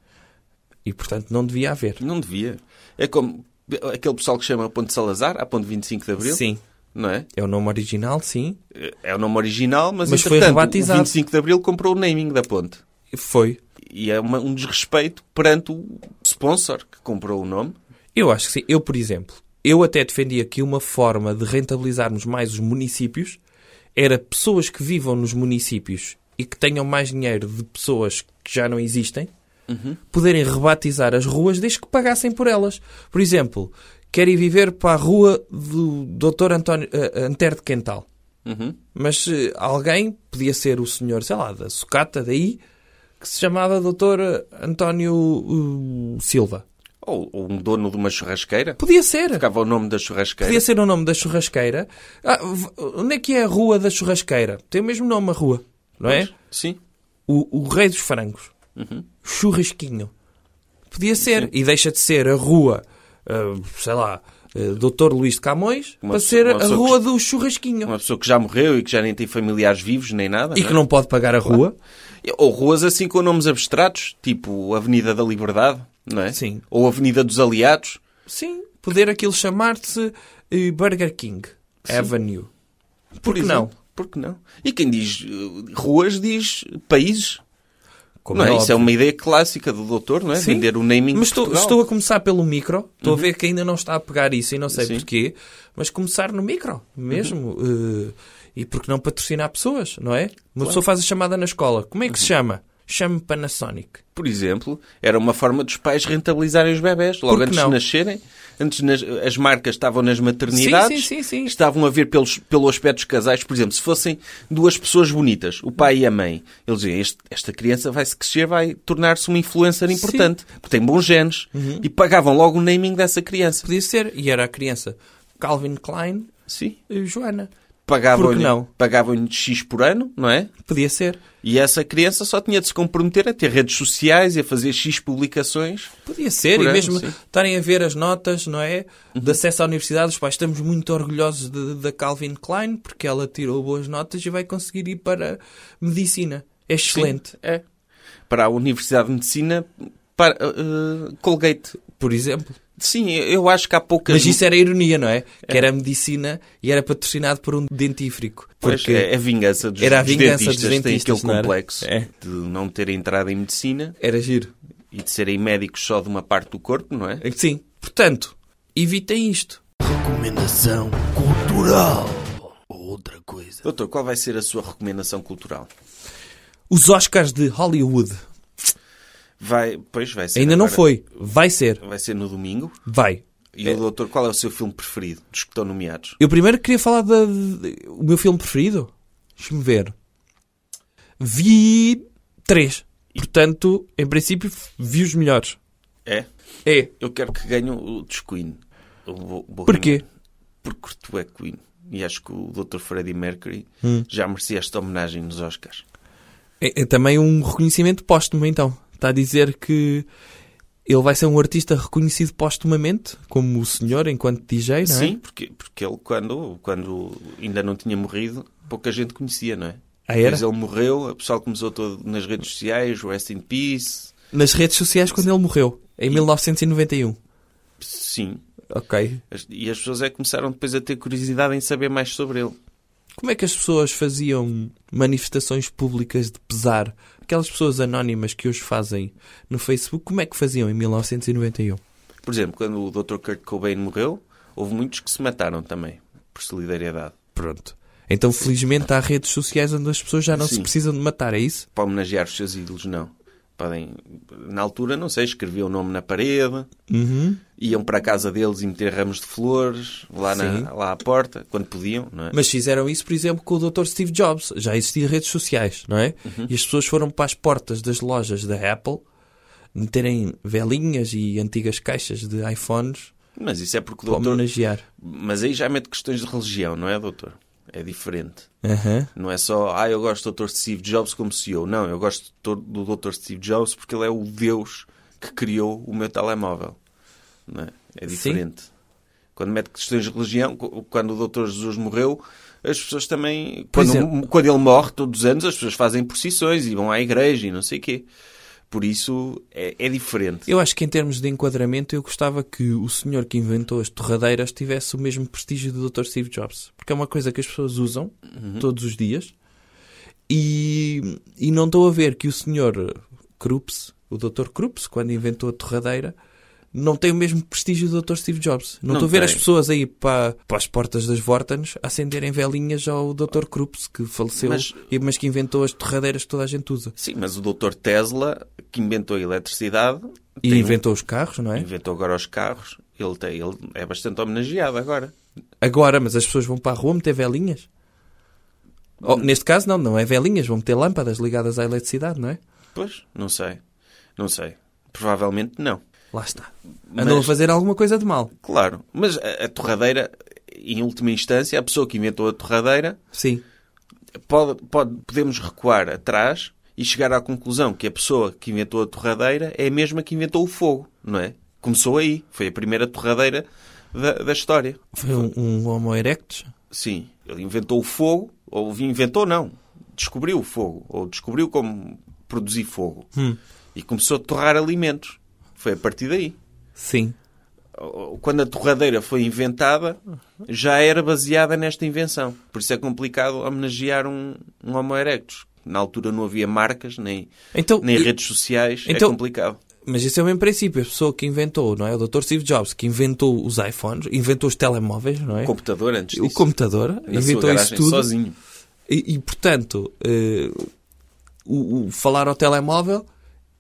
Speaker 3: E, portanto, não devia haver.
Speaker 2: Não devia. É como aquele pessoal que chama Ponte Salazar, a Ponte 25 de Abril.
Speaker 3: Sim.
Speaker 2: Não é?
Speaker 3: É o nome original, sim.
Speaker 2: É o nome original, mas,
Speaker 3: Mas foi
Speaker 2: entretanto,
Speaker 3: rebatizado.
Speaker 2: o 25 de Abril comprou o naming da ponte.
Speaker 3: Foi.
Speaker 2: E é uma- um desrespeito perante o sponsor que comprou o nome.
Speaker 3: Eu acho que sim. Eu, por exemplo, eu até defendi aqui uma forma de rentabilizarmos mais os municípios era pessoas que vivam nos municípios e que tenham mais dinheiro de pessoas que já não existem poderem rebatizar as ruas desde que pagassem por elas. Por exemplo, querem viver para a rua do Dr. António, eh, Antero de Quental.
Speaker 2: Uhum.
Speaker 3: Mas eh, alguém, podia ser o senhor, sei lá, da sucata daí, que se chamava Dr. António uh, Silva.
Speaker 2: Ou, ou um dono de uma churrasqueira.
Speaker 3: Podia ser.
Speaker 2: Ficava o nome da churrasqueira.
Speaker 3: Podia ser o nome da churrasqueira. Ah, v- onde é que é a rua da churrasqueira? Tem o mesmo nome a rua, não é?
Speaker 2: Sim.
Speaker 3: O, o Rei dos Frangos.
Speaker 2: Uhum.
Speaker 3: Churrasquinho. Podia ser. E deixa de ser a rua, ah, sei lá, ah, Dr. Luís de Camões,
Speaker 2: Uma
Speaker 3: para
Speaker 2: pessoa-
Speaker 3: ser
Speaker 2: uma
Speaker 3: a
Speaker 2: pessoa
Speaker 3: rua do churrasquinho.
Speaker 2: Uma pessoa que já morreu e que já nem tem familiares vivos nem nada.
Speaker 3: E
Speaker 2: não é?
Speaker 3: que não pode pagar a rua.
Speaker 2: Ou ruas assim com nomes abstratos, tipo Avenida da Liberdade, não é?
Speaker 3: Sim.
Speaker 2: Ou Avenida dos Aliados.
Speaker 3: Sim, poder aquilo chamar-se eh, Burger King Avenue. Por que não?
Speaker 2: Porque não? E quem diz eh, ruas diz países.
Speaker 3: Como
Speaker 2: não é? Isso é
Speaker 3: óbvio.
Speaker 2: uma ideia clássica do doutor, não é?
Speaker 3: Sim.
Speaker 2: Vender o naming
Speaker 3: Mas
Speaker 2: de
Speaker 3: estou,
Speaker 2: Portugal. Uhum.
Speaker 3: estou a começar pelo micro. Estou a ver que ainda não está a pegar isso e não sei
Speaker 2: Sim.
Speaker 3: porquê. Mas começar no micro mesmo.
Speaker 2: Uhum.
Speaker 3: eh, e porque não patrocinar pessoas, não é? Uma pessoa faz a chamada na escola. Como é que se
Speaker 2: Uhum.
Speaker 3: chama? Chame Panasonic.
Speaker 2: Por exemplo, era uma forma dos pais rentabilizarem os bebés. Logo
Speaker 3: Por que
Speaker 2: antes
Speaker 3: não?
Speaker 2: de nascerem, antes nas- as marcas estavam nas maternidades,
Speaker 3: Sim, sim, sim, sim.
Speaker 2: estavam a ver pelos, pelo aspecto dos casais. Por exemplo, se fossem duas pessoas bonitas, o pai e a mãe, eles diziam, "Este- esta criança vai-se crescer, vai tornar-se uma influencer importante, porque tem bons genes.
Speaker 3: Uhum.
Speaker 2: E pagavam logo o naming dessa criança.
Speaker 3: Podia ser. E era a criança Calvin Klein
Speaker 2: Sim.
Speaker 3: e Joana. Por
Speaker 2: Pagavam-lhe
Speaker 3: que não?
Speaker 2: pagavam X por ano, não é?
Speaker 3: Podia ser.
Speaker 2: E essa criança só tinha de se comprometer a ter redes sociais e a fazer X publicações.
Speaker 3: Podia ser,
Speaker 2: Por
Speaker 3: e
Speaker 2: ano,
Speaker 3: mesmo
Speaker 2: sim. Uhum.
Speaker 3: estarem a ver as notas, não é? De acesso à universidade, os pais estamos muito orgulhosos de- da Calvin Klein porque ela tirou boas notas e vai conseguir ir para medicina. É excelente.
Speaker 2: É. Para a Universidade de Medicina, para eh, Colgate.
Speaker 3: Por exemplo.
Speaker 2: Sim, eu acho que há poucas.
Speaker 3: Mas isso era ironia, não é? Que era medicina e era patrocinado por um dentífrico.
Speaker 2: Pois,
Speaker 3: Porque
Speaker 2: é a vingança dos,
Speaker 3: Era a
Speaker 2: dos
Speaker 3: vingança dos
Speaker 2: dentistas. Tem
Speaker 3: dentistas,
Speaker 2: aquele
Speaker 3: não era?
Speaker 2: complexo
Speaker 3: É.
Speaker 2: de não ter entrado em medicina
Speaker 3: era giro.
Speaker 2: e de serem médicos só de uma parte do corpo, não é?
Speaker 3: Sim. Portanto, evitem isto.
Speaker 1: Recomendação cultural. Outra coisa.
Speaker 2: Doutor, qual vai ser a sua recomendação cultural?
Speaker 3: Os Oscars de Hollywood.
Speaker 2: Vai, pois vai ser.
Speaker 3: Ainda não
Speaker 2: agora-
Speaker 3: foi. Vai ser.
Speaker 2: Vai ser no domingo.
Speaker 3: Vai.
Speaker 2: E o doutor, qual é o seu filme preferido dos que estão nomeados?
Speaker 3: Eu primeiro queria falar da, de- o meu filme preferido. Deixa-me ver. Vi três. Portanto, em princípio, vi os melhores.
Speaker 2: É?
Speaker 3: É.
Speaker 2: Eu quero que ganhe o dos Queen. Eu vou- vou-
Speaker 3: Porquê?
Speaker 2: Porque tu é Queen. E acho que o Dr. Freddie Mercury
Speaker 3: Hum.
Speaker 2: já merecia esta homenagem nos Oscars.
Speaker 3: É, é também um reconhecimento póstumo, então. Está a dizer que ele vai ser um artista reconhecido póstumamente, como o senhor, enquanto DJ, não é?
Speaker 2: Sim, porque, porque ele, quando, quando ainda não tinha morrido, pouca gente conhecia, não é?
Speaker 3: Ah, era?
Speaker 2: Mas ele morreu, o pessoal começou todo nas redes sociais, Rest in Peace.
Speaker 3: Nas redes sociais quando ele morreu, em 1991.
Speaker 2: Sim.
Speaker 3: Ok.
Speaker 2: As- E as pessoas é que começaram depois a ter curiosidade em saber mais sobre ele.
Speaker 3: Como é que as pessoas faziam manifestações públicas de pesar? Aquelas pessoas anónimas que hoje fazem no Facebook, como é que faziam em 1991?
Speaker 2: Por exemplo, quando o Dr. Kurt Cobain morreu, houve muitos que se mataram também, por solidariedade.
Speaker 3: Pronto. Então, felizmente, há redes sociais onde as pessoas já não se
Speaker 2: Sim.
Speaker 3: precisam de matar, é isso?
Speaker 2: Para homenagear os seus ídolos, não. Podem, na altura, não sei, escreviam o nome na parede,
Speaker 3: Uhum.
Speaker 2: iam para a casa deles e meter ramos de flores lá,
Speaker 3: Sim.
Speaker 2: na, lá à porta, quando podiam, não é?
Speaker 3: Mas fizeram isso, por exemplo, com o Dr. Steve Jobs. Já existiam redes sociais, não é? E as pessoas foram para as portas das lojas da Apple meterem velinhas e antigas caixas de iPhones
Speaker 2: Mas isso é porque o
Speaker 3: para
Speaker 2: doutor.
Speaker 3: homenagear.
Speaker 2: Mas aí já mete questões de religião, não é, doutor? É diferente.
Speaker 3: Aham.
Speaker 2: Não é só, ah, eu gosto do Dr. Steve Jobs como CEO. Não, eu gosto do Dr. do Dr. Steve Jobs porque ele é o Deus que criou o meu telemóvel. Não é? É diferente. Quando mete questões de religião, co- quando o Dr. Jesus morreu, as pessoas também.
Speaker 3: Por
Speaker 2: Quando, um,
Speaker 3: exemplo.
Speaker 2: quando ele morre, todos os anos, as pessoas fazem procissões e vão à igreja e não sei o quê. Por isso é, é diferente.
Speaker 3: Eu acho que em termos de enquadramento eu gostava que o senhor que inventou as torradeiras tivesse o mesmo prestígio do Dr. Steve Jobs. Porque é uma coisa que as pessoas usam
Speaker 2: Uhum.
Speaker 3: todos os dias e, e não estou a ver que o senhor Krups, o Dr. Krups, quando inventou a torradeira, não tem o mesmo prestígio do Dr. Steve Jobs. Não
Speaker 2: Não
Speaker 3: estou a ver
Speaker 2: tem.
Speaker 3: as pessoas aí para, para as portas das Vortans acenderem velinhas ao Dr. Krups, que faleceu,
Speaker 2: Ah. Mas-
Speaker 3: e- mas que inventou as torradeiras que toda a gente usa.
Speaker 2: Sim, mas o Dr. Tesla, que inventou a eletricidade,
Speaker 3: E
Speaker 2: tem um-
Speaker 3: inventou os carros, não é?
Speaker 2: inventou agora os carros. Ele, tem, ele é bastante homenageado agora.
Speaker 3: Agora, mas as pessoas vão para a rua meter velinhas? Oh,
Speaker 2: Hum.
Speaker 3: neste caso, não, não é velinhas, vão meter lâmpadas ligadas à eletricidade, não é?
Speaker 2: Pois, não sei. Não sei. Provavelmente não.
Speaker 3: Lá está. Andam
Speaker 2: Mas-
Speaker 3: a fazer alguma coisa de mal.
Speaker 2: Claro. Mas a, a torradeira, em última instância, a pessoa que inventou a torradeira,
Speaker 3: Sim.
Speaker 2: pode, pode, podemos recuar atrás e chegar à conclusão que a pessoa que inventou a torradeira é a mesma que inventou o fogo, não é? Começou aí. Foi a primeira torradeira da, da história.
Speaker 3: Foi um, um Homo erectus?
Speaker 2: Sim. Ele inventou o fogo, ou inventou não. Descobriu o fogo, ou descobriu como produzir fogo. E começou a torrar alimentos. Foi a partir daí.
Speaker 3: Sim.
Speaker 2: quando a torradeira foi inventada, já era baseada nesta invenção. Por isso é complicado homenagear um, um Homo erectus. Na altura não havia marcas, nem,
Speaker 3: Então,
Speaker 2: nem
Speaker 3: e-
Speaker 2: redes sociais.
Speaker 3: então-
Speaker 2: é complicado.
Speaker 3: mas isso é o mesmo princípio. A pessoa que inventou, não é? O Dr. Steve Jobs, que inventou os iPhones, inventou os telemóveis, não é?
Speaker 2: O computador antes
Speaker 3: o
Speaker 2: disso,
Speaker 3: computador,
Speaker 2: na sua
Speaker 3: inventou isso
Speaker 2: garagem,
Speaker 3: tudo.
Speaker 2: sozinho.
Speaker 3: E, e, portanto, eh, o, o falar ao telemóvel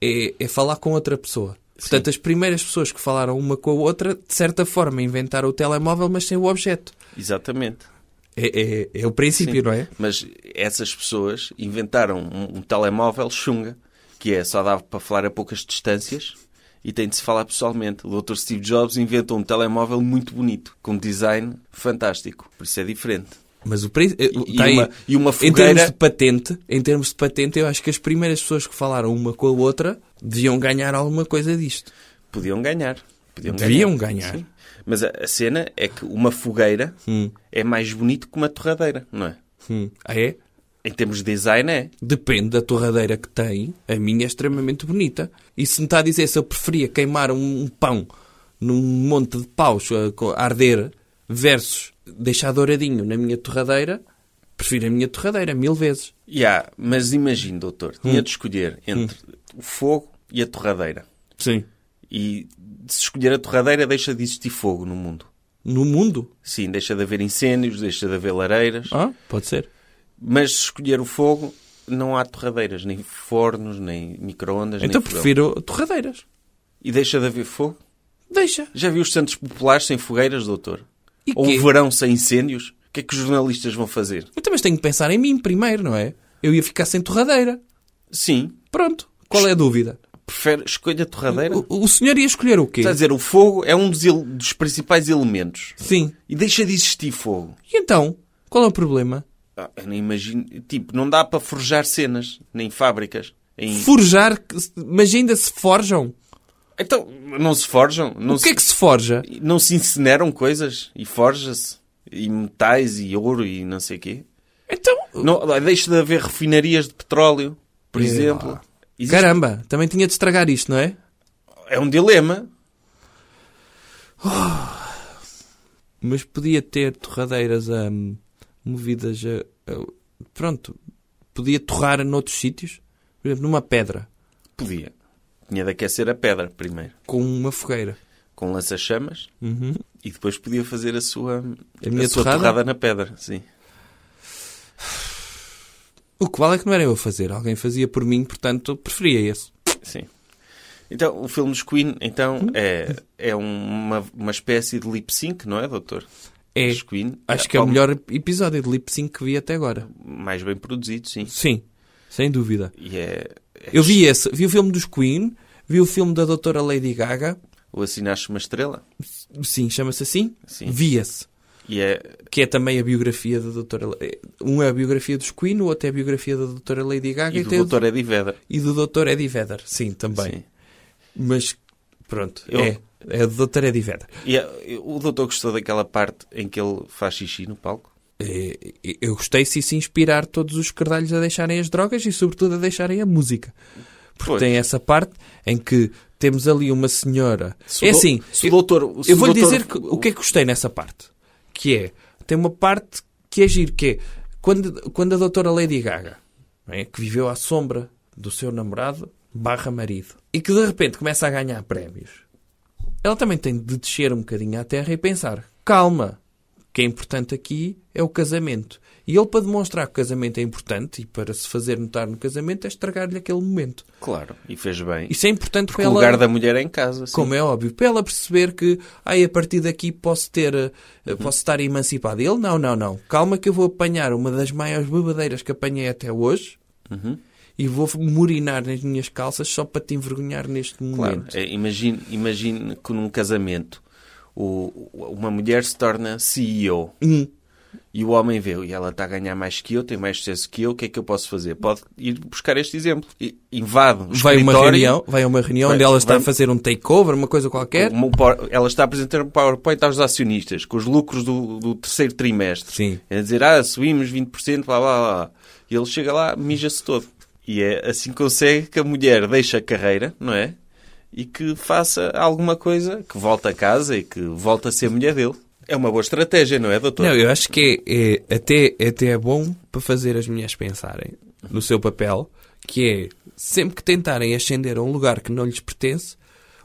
Speaker 3: é, é falar com outra pessoa. Portanto, as primeiras pessoas que falaram uma com a outra, de certa forma, inventaram o telemóvel, mas sem o objeto.
Speaker 2: Exatamente.
Speaker 3: É, é- é o princípio, não é?
Speaker 2: Mas essas pessoas inventaram um, um telemóvel chunga, que é só dava para falar a poucas distâncias e tem de se falar pessoalmente. O Dr. Steve Jobs inventou um telemóvel muito bonito, com design fantástico. Por isso é diferente.
Speaker 3: Mas o prin- eh,
Speaker 2: E-
Speaker 3: tá
Speaker 2: e
Speaker 3: aí.
Speaker 2: uma- e uma
Speaker 3: em termos
Speaker 2: fogueira-
Speaker 3: de patente, em termos de patente, eu acho que as primeiras pessoas que falaram uma com a outra deviam ganhar alguma coisa disto.
Speaker 2: Podiam ganhar. Podiam
Speaker 3: Deviam ganhar.
Speaker 2: Sim. Mas a, a cena é que uma fogueira é mais bonito que uma torradeira, não é?
Speaker 3: Hum. Ah, é?
Speaker 2: Em termos de design, é.
Speaker 3: Depende da torradeira que tem. A minha é extremamente bonita. E se me está a dizer se eu preferia queimar um um pão num monte de paus a co- a arder versus deixar douradinho na minha torradeira, prefiro a minha torradeira mil vezes.
Speaker 2: E há- mas imagine, doutor,
Speaker 3: Hum.
Speaker 2: tinha de escolher entre o fogo e a torradeira.
Speaker 3: Sim.
Speaker 2: E se escolher a torradeira, deixa de existir fogo no mundo.
Speaker 3: No mundo?
Speaker 2: Sim, deixa de haver incêndios, deixa de haver lareiras.
Speaker 3: Ah, pode ser.
Speaker 2: Mas se escolher o fogo, não há torradeiras, nem fornos, nem microondas, nem
Speaker 3: então
Speaker 2: fogão.
Speaker 3: prefiro torradeiras.
Speaker 2: E deixa de haver fogo?
Speaker 3: Deixa.
Speaker 2: Já viu os centros populares sem fogueiras, doutor?
Speaker 3: E
Speaker 2: Ou
Speaker 3: quê?
Speaker 2: um verão sem incêndios? O que é que os jornalistas vão fazer?
Speaker 3: Eu também tenho que pensar em mim primeiro, não é? Eu ia ficar sem torradeira.
Speaker 2: Sim,
Speaker 3: Pronto. Qual é a dúvida?
Speaker 2: prefere escolha a torradeira.
Speaker 3: O, o senhor ia escolher o quê?
Speaker 2: Está a dizer, o fogo é um dos, ele- dos principais elementos.
Speaker 3: Sim.
Speaker 2: E deixa de existir fogo.
Speaker 3: E então? Qual é o problema?
Speaker 2: Ah, eu nem imagino. Tipo, não dá para forjar cenas, nem fábricas. Em-
Speaker 3: Forjar, que se- mas ainda se forjam.
Speaker 2: Então, não se forjam? Não,
Speaker 3: o que
Speaker 2: se...
Speaker 3: é que se forja?
Speaker 2: não se incineram coisas? E forja-se? E metais e ouro e não sei o quê?
Speaker 3: Então,
Speaker 2: Não, deixa de haver refinarias de petróleo, por
Speaker 3: É lá.
Speaker 2: exemplo. Existe-
Speaker 3: caramba, também tinha de estragar isto, não é?
Speaker 2: É um dilema.
Speaker 3: Mas podia ter torradeiras hum, movidas a, a- Pronto, podia torrar noutros sítios. Por exemplo, numa pedra,
Speaker 2: Podia. Tinha de aquecer a pedra primeiro,
Speaker 3: com uma fogueira.
Speaker 2: com lança-chamas, e depois podia fazer a sua,
Speaker 3: Uhum. A minha
Speaker 2: sua
Speaker 3: torrada?
Speaker 2: na pedra. Sim.
Speaker 3: O que vale é que não era eu a fazer. Alguém fazia por mim, portanto, preferia esse.
Speaker 2: Sim. Então, o filme dos Queen, então,
Speaker 3: Uhum.
Speaker 2: é, é uma, uma espécie de lip sync, não é, doutor?
Speaker 3: É.
Speaker 2: Dos Queen.
Speaker 3: Acho que é o
Speaker 2: Bom,
Speaker 3: melhor episódio de lip sync que vi até agora.
Speaker 2: Mais bem produzido, sim.
Speaker 3: Sim, sem dúvida.
Speaker 2: E é, é
Speaker 3: Eu vi esse. Vi o filme dos Queen, vi o filme da doutora Lady Gaga.
Speaker 2: O Assinaste uma Estrela.
Speaker 3: Sim, chama-se assim?
Speaker 2: Sim.
Speaker 3: Vi esse.
Speaker 2: E é,
Speaker 3: Que é também a biografia da doutora... Um é a biografia dos Queen, o outro é a biografia da doutora Lady Gaga.
Speaker 2: e do
Speaker 3: Ah, tem o-
Speaker 2: doutor Eddie Vedder.
Speaker 3: e do doutor Eddie Vedder. Sim, também.
Speaker 2: Sim.
Speaker 3: Mas, pronto,
Speaker 2: Eu-
Speaker 3: é. É do doutor Eddie Vedder.
Speaker 2: E é- o doutor gostou daquela parte em que ele faz xixi no palco?
Speaker 3: É, Eu gostei se isso inspirar todos os cardalhos a deixarem as drogas e, sobretudo, a deixarem a música. Porque
Speaker 2: Pois.
Speaker 3: tem essa parte em que temos ali uma senhora.
Speaker 2: Se o
Speaker 3: é
Speaker 2: dou-
Speaker 3: assim,
Speaker 2: se o
Speaker 3: eu,
Speaker 2: doutor, se
Speaker 3: eu
Speaker 2: o
Speaker 3: vou-lhe
Speaker 2: doutor-
Speaker 3: dizer que- o que é que gostei nessa parte. Que é, tem uma parte que é giro, que é quando, quando a doutora Lady Gaga, não é, que viveu à sombra do seu namorado barra marido, e que de repente começa a ganhar prémios, ela também tem de descer um bocadinho à terra e pensar: calma, o que é importante aqui é o casamento. E ele, para demonstrar que o casamento é importante e para se fazer notar no casamento, é estragar-lhe aquele momento.
Speaker 2: Claro, e fez bem.
Speaker 3: Isso é importante
Speaker 2: Porque
Speaker 3: para
Speaker 2: o
Speaker 3: ela.
Speaker 2: lugar da mulher é em casa. sim.
Speaker 3: Como é óbvio, para ela perceber que, ai, a partir daqui posso ter, eh, posso estar emancipada. Ele, não, não, não. Calma que eu vou apanhar uma das maiores babadeiras que apanhei até hoje
Speaker 2: Uhum.
Speaker 3: e vou murinar nas minhas calças só para te envergonhar neste
Speaker 2: Claro,
Speaker 3: momento.
Speaker 2: é, imagine, imagine que num casamento o- o- uma mulher se torna CEO
Speaker 3: Hum.
Speaker 2: e o homem vê e ela está a ganhar mais que eu, tem mais sucesso que eu, o que é que eu posso fazer? Pode ir buscar este exemplo. E invade o
Speaker 3: Vai a uma
Speaker 2: escritório,
Speaker 3: reunião, vai a uma reunião
Speaker 2: Vai-
Speaker 3: onde ela está
Speaker 2: vai-
Speaker 3: a fazer um takeover, uma coisa qualquer.
Speaker 2: uma por- ela está a apresentar um PowerPoint aos acionistas com os lucros do, do terceiro trimestre.
Speaker 3: Sim.
Speaker 2: É dizer, ah, subimos 20%, blá blá blá. E ele chega lá, mija-se todo. E é assim que consegue que a mulher deixe a carreira, não é? E que faça alguma coisa, que volte a casa e que volte a ser mulher dele. É uma boa estratégia, não é, doutor?
Speaker 3: Não, eu acho que é, é- até, até é bom para fazer as mulheres pensarem no seu papel, que é sempre que tentarem ascender a um lugar que não lhes pertence,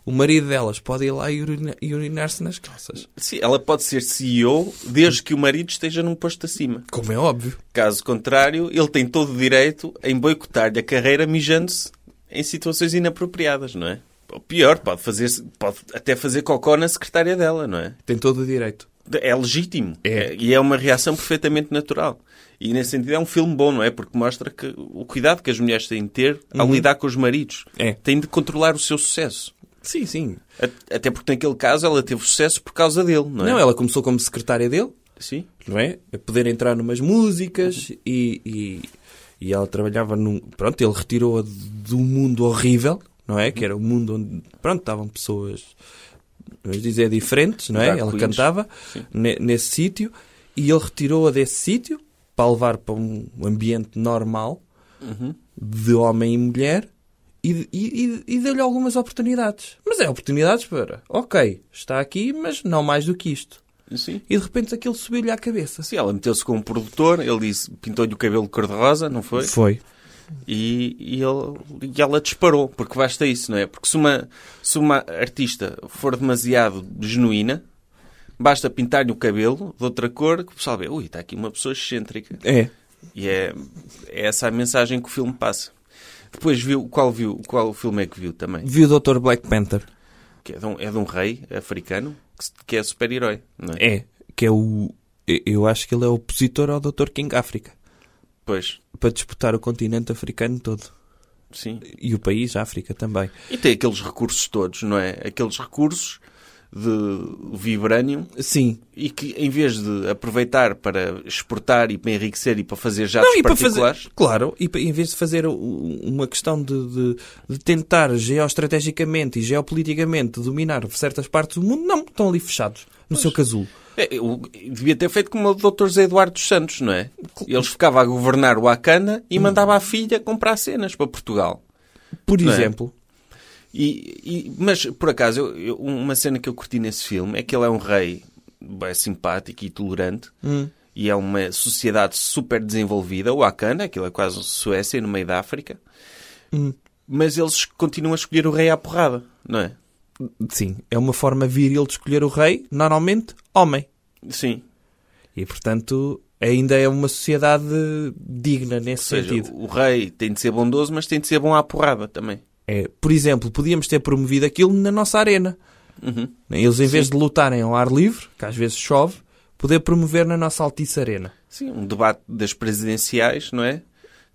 Speaker 3: o marido delas pode ir lá e urina- e urinar-se nas calças.
Speaker 2: Sim, ela pode ser CEO desde que o marido esteja num posto acima.
Speaker 3: Como é óbvio.
Speaker 2: Caso contrário, ele tem todo o direito em boicotar-lhe a carreira mijando-se em situações inapropriadas, não é? Ou pior, pode, fazer, pode até fazer cocó na secretária dela, não é?
Speaker 3: Tem todo o direito.
Speaker 2: É legítimo.
Speaker 3: É.
Speaker 2: E é uma reação perfeitamente natural. E nesse sentido é um filme bom, não é? Porque mostra que o cuidado que as mulheres têm de ter ao lidar com os maridos.
Speaker 3: Uhum. É.
Speaker 2: Têm de controlar o seu sucesso.
Speaker 3: Sim, sim.
Speaker 2: A- Até porque naquele caso ela teve sucesso por causa dele, não é?
Speaker 3: Não, ela começou como secretária dele,
Speaker 2: Sim.
Speaker 3: não é? A poder entrar numas músicas
Speaker 2: Uhum.
Speaker 3: e, e, e ela trabalhava num. Pronto, ele retirou-a do mundo horrível, não é?
Speaker 2: Uhum.
Speaker 3: Que era o mundo onde. Pronto, estavam pessoas. Vamos dizer, diferentes, não é?
Speaker 2: Drag
Speaker 3: ela
Speaker 2: queens.
Speaker 3: cantava ne- nesse sítio e ele retirou-a desse sítio para levar para um ambiente normal
Speaker 2: Uhum.
Speaker 3: de homem e mulher e, e, e- e deu-lhe algumas oportunidades. Mas é oportunidades para, ok, está aqui, mas não mais do que isto.
Speaker 2: Sim.
Speaker 3: E de repente aquilo subiu-lhe à cabeça.
Speaker 2: Sim, ela meteu-se com um produtor, ele disse, pintou-lhe o cabelo de cor-de-rosa, não foi?
Speaker 3: Foi.
Speaker 2: E, e, ele- e ela disparou, porque basta isso, não é? Porque se uma, se uma artista for demasiado genuína, basta pintar-lhe o cabelo de outra cor que o pessoal vê, ui, está aqui uma pessoa excêntrica.
Speaker 3: É.
Speaker 2: E é, é essa a mensagem que o filme passa. Depois viu, qual viu, qual filme é que viu também?
Speaker 3: Viu o Dr. Black Panther.
Speaker 2: Que é de um, é de um rei africano que, se- que é super-herói, não é?
Speaker 3: É. Que é o. e- Eu acho que ele é opositor ao Dr. King África.
Speaker 2: Pois,
Speaker 3: Para disputar o continente africano todo.
Speaker 2: sim.
Speaker 3: E o país, a África também.
Speaker 2: E tem aqueles recursos todos, não é? Aqueles recursos de vibranium
Speaker 3: Sim.
Speaker 2: e que em vez de aproveitar para exportar e para enriquecer e para fazer jatos
Speaker 3: Não, e para
Speaker 2: particulares,
Speaker 3: fazer, claro, e pa- em vez de fazer u- uma questão de, de- de tentar geoestrategicamente e geopoliticamente dominar certas partes do mundo, não, estão ali fechados no seu casulo.
Speaker 2: é, eu devia ter feito como o Dr. Zé Eduardo dos Santos, não é? Eles ficavam a governar o Acana
Speaker 3: Hum.
Speaker 2: e mandava a filha comprar cenas para Portugal.
Speaker 3: Por
Speaker 2: Não é?
Speaker 3: exemplo,
Speaker 2: E, e- mas, por acaso, eu- eu- uma cena que eu curti nesse filme é que ele é um rei bem simpático e tolerante
Speaker 3: Hum.
Speaker 2: e é uma sociedade super desenvolvida, o Akana, aquilo é quase Suécia, no meio da África.
Speaker 3: Hum.
Speaker 2: Mas eles continuam a escolher o rei à porrada, não é?
Speaker 3: sim, é uma forma viril de escolher o rei, normalmente homem.
Speaker 2: Sim.
Speaker 3: E portanto, ainda é uma sociedade digna nesse
Speaker 2: Ou seja,
Speaker 3: sentido.
Speaker 2: o rei tem de ser bondoso, mas tem de ser bom à porrada também.
Speaker 3: É, por exemplo, podíamos ter promovido aquilo na nossa arena. Né?
Speaker 2: Uhum.
Speaker 3: Eles, em vez de lutarem ao ar livre, que às vezes chove, poder promover na nossa Altice Arena.
Speaker 2: Sim, um debate das presidenciais, não é?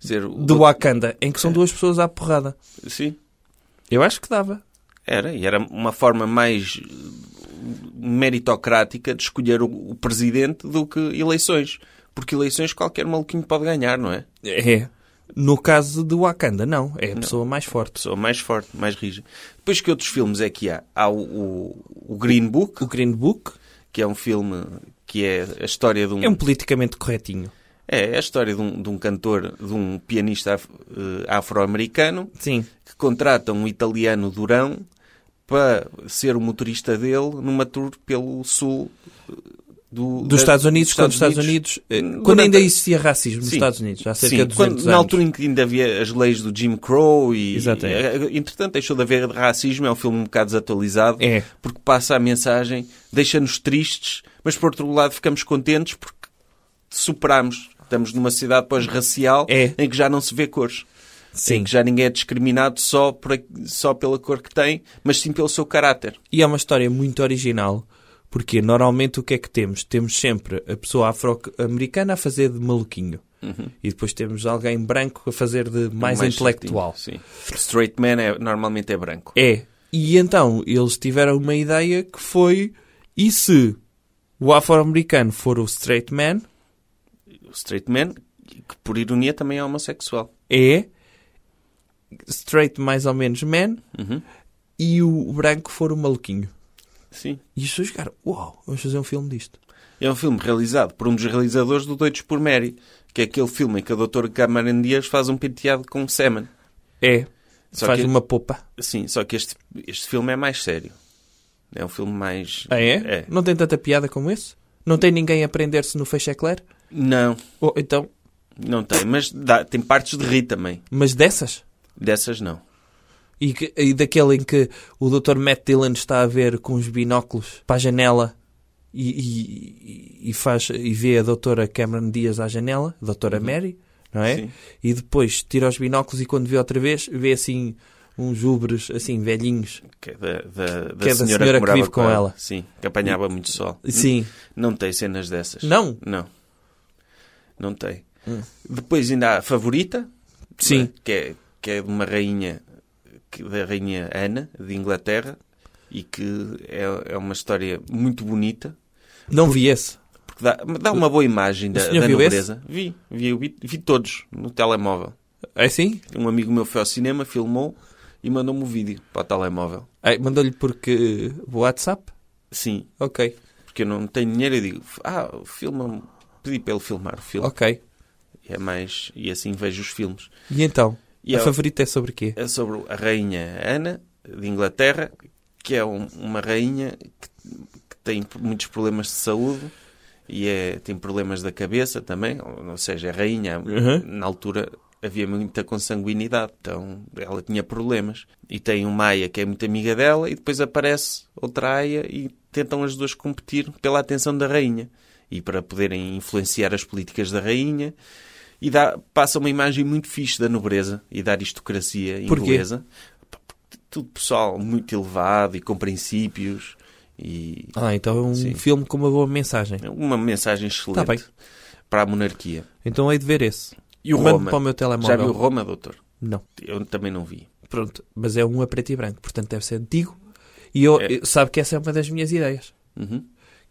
Speaker 2: Quer Dizer, o-
Speaker 3: De Wakanda, em
Speaker 2: É.
Speaker 3: que são duas pessoas à porrada.
Speaker 2: Sim,
Speaker 3: Eu acho que dava.
Speaker 2: era. E era uma forma mais eh, meritocrática de escolher o, o presidente do que eleições. Porque eleições qualquer maluquinho pode ganhar, não é?
Speaker 3: É. No caso de Wakanda, não. É a pessoa mais forte.
Speaker 2: Pessoa mais forte, mais rija. Depois que outros filmes é que há? Há o, o- o Green Book,
Speaker 3: O Green Book
Speaker 2: que é um filme que é a história de um...
Speaker 3: é um politicamente corretinho.
Speaker 2: É, é a história de um, de um cantor, de um pianista af- eh, afro-americano
Speaker 3: Sim.
Speaker 2: que contrata um italiano durão para ser o motorista dele numa tour pelo sul eh, do- da-
Speaker 3: Dos Estados Unidos, quando os Estados Unidos... eh,
Speaker 2: Durante-
Speaker 3: Quando ainda existia racismo nos
Speaker 2: Sim.
Speaker 3: Estados Unidos, há cerca
Speaker 2: Sim,
Speaker 3: de 200
Speaker 2: quando-
Speaker 3: anos.
Speaker 2: na altura em que ainda havia as leis do Jim Crow e,
Speaker 3: Exatamente.
Speaker 2: e- eh, entretanto deixou de haver racismo, é um filme um bocado desatualizado
Speaker 3: É.
Speaker 2: porque passa a mensagem, deixa-nos tristes, mas por outro lado ficamos contentes porque superamos. Estamos numa cidade pós-racial
Speaker 3: É.
Speaker 2: em que já não se vê cores.
Speaker 3: Sim.
Speaker 2: Em que já ninguém é discriminado só, por, a- só pela cor que tem, mas sim pelo seu caráter.
Speaker 3: E é uma história muito original, porque normalmente o que é que temos? Temos sempre a pessoa afro-americana a fazer de maluquinho.
Speaker 2: Uhum.
Speaker 3: E depois temos alguém branco a fazer de mais, intelectual.
Speaker 2: Um certinho, Sim. Straight man é, normalmente é branco.
Speaker 3: É. E então eles tiveram uma ideia que foi: e se o afro-americano for o straight man?
Speaker 2: O straight man, que por ironia também é homossexual.
Speaker 3: É straight mais ou menos man
Speaker 2: Uhum.
Speaker 3: e o branco for o maluquinho.
Speaker 2: Sim.
Speaker 3: E as pessoas ficaram: uau, vamos fazer um filme disto.
Speaker 2: É um filme realizado por um dos realizadores do Doidos por Mary, que é aquele filme em que a doutora Cameron Dias faz um penteado com semen.
Speaker 3: É.
Speaker 2: Só
Speaker 3: Faz
Speaker 2: que-
Speaker 3: uma popa.
Speaker 2: Sim, só que este, este filme é mais sério. É um filme mais...
Speaker 3: Ah, é? Não tem tanta piada como esse? Não tem ninguém a prender-se no feixe eclair?
Speaker 2: Não,
Speaker 3: Ou então,
Speaker 2: não tem. Mas dá- tem partes de rir também.
Speaker 3: mas dessas?
Speaker 2: Dessas não.
Speaker 3: E, que- e daquele em que o Dr. Matt Dillon está a ver com os binóculos para a janela e, e- e- e faz, e vê a doutora Cameron Dias à janela, a doutora Mary, não é?
Speaker 2: Sim.
Speaker 3: E depois tira os binóculos e quando vê outra vez, vê assim uns ubres, assim, velhinhos.
Speaker 2: Que é da, da, da
Speaker 3: Que é
Speaker 2: senhora,
Speaker 3: da senhora que
Speaker 2: que, morava
Speaker 3: vive com ela.
Speaker 2: Sim, que apanhava muito sol.
Speaker 3: Sim.
Speaker 2: Não tem cenas dessas.
Speaker 3: Não?
Speaker 2: Não. Não tem. Depois ainda há a favorita.
Speaker 3: Hum. Sim.
Speaker 2: né, Que é, que é de uma rainha, que- da rainha Ana, de Inglaterra, e que é, é uma história muito bonita,
Speaker 3: Não vi esse.
Speaker 2: porque dá, dá uma boa imagem da,
Speaker 3: senhor
Speaker 2: da
Speaker 3: viu
Speaker 2: nobreza. Vi, vi, vi, vi todos no telemóvel.
Speaker 3: É assim?
Speaker 2: Um amigo meu foi ao cinema, filmou e mandou-me o vídeo para o telemóvel.
Speaker 3: Ai, Mandou-lhe porque WhatsApp?
Speaker 2: Sim,
Speaker 3: Ok,
Speaker 2: porque eu não tenho dinheiro e digo, ah, filma pedi para ele filmar o filme.
Speaker 3: ok.
Speaker 2: É mais, e assim vejo os filmes.
Speaker 3: E então?
Speaker 2: E
Speaker 3: a
Speaker 2: é-
Speaker 3: favorita é sobre quê?
Speaker 2: É sobre a rainha Ana, de Inglaterra, que é um- uma rainha que, que tem muitos problemas de saúde e é- tem problemas da cabeça também, ou, ou seja, a rainha,
Speaker 3: Uhum.
Speaker 2: na altura havia muita consanguinidade, então ela tinha problemas. E tem uma aia que é muito amiga dela e depois aparece outra aia e tentam as duas competir pela atenção da rainha e para poderem influenciar as políticas da rainha. E dá, passa uma imagem muito fixe da nobreza e da aristocracia
Speaker 3: Porquê?
Speaker 2: inglesa. Pá, porque Tudo pessoal muito elevado e com princípios. E
Speaker 3: Ah, então é um
Speaker 2: Sim.
Speaker 3: filme com uma boa mensagem.
Speaker 2: é uma mensagem
Speaker 3: Tá bem.
Speaker 2: excelente para a monarquia.
Speaker 3: Então hei de ver esse.
Speaker 2: E o
Speaker 3: Mando
Speaker 2: Roma?
Speaker 3: para o meu telemóvel.
Speaker 2: Já viu Roma, doutor?
Speaker 3: Não.
Speaker 2: Eu também não vi.
Speaker 3: Pronto. Mas é um a preto e branco, portanto deve ser antigo. E eu,
Speaker 2: É.
Speaker 3: eu- sabe que essa é uma das minhas ideias.
Speaker 2: Uhum.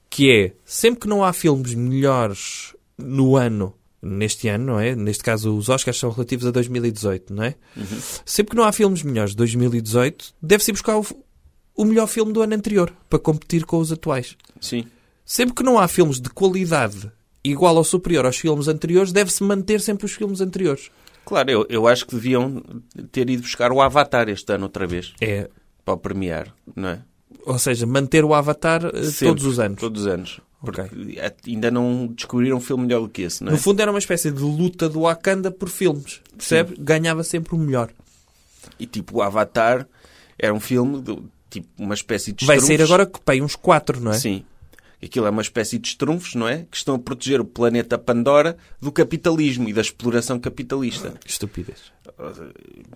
Speaker 3: Que é, sempre que não há filmes melhores no ano, neste ano, não é? Neste caso os Oscars são relativos a 2018, não é?
Speaker 2: Uhum.
Speaker 3: Sempre que não há filmes melhores de 2018, deve-se ir buscar o, o melhor filme do ano anterior, para competir com os atuais.
Speaker 2: Sim.
Speaker 3: Sempre que não há filmes de qualidade igual ou superior aos filmes anteriores, deve-se manter sempre os filmes anteriores.
Speaker 2: Claro, eu, eu acho que deviam ter ido buscar o Avatar este ano outra vez,
Speaker 3: É.
Speaker 2: para o premiar, não é?
Speaker 3: Ou seja, manter o Avatar eh,
Speaker 2: Sempre,
Speaker 3: todos os anos.
Speaker 2: Todos os anos. Porque
Speaker 3: Ok.
Speaker 2: ainda não descobriram um filme melhor do que esse, não é?
Speaker 3: No fundo era uma espécie de luta do Wakanda por filmes. Percebe? Ganhava sempre o melhor.
Speaker 2: E tipo, o Avatar era um filme, do, tipo, uma espécie de
Speaker 3: Vai
Speaker 2: estrufos.
Speaker 3: sair agora que pei uns 4, não é?
Speaker 2: Sim. Aquilo é uma espécie de estrunfos, não é? Que estão a proteger o planeta Pandora do capitalismo e da exploração capitalista.
Speaker 3: Estupidez.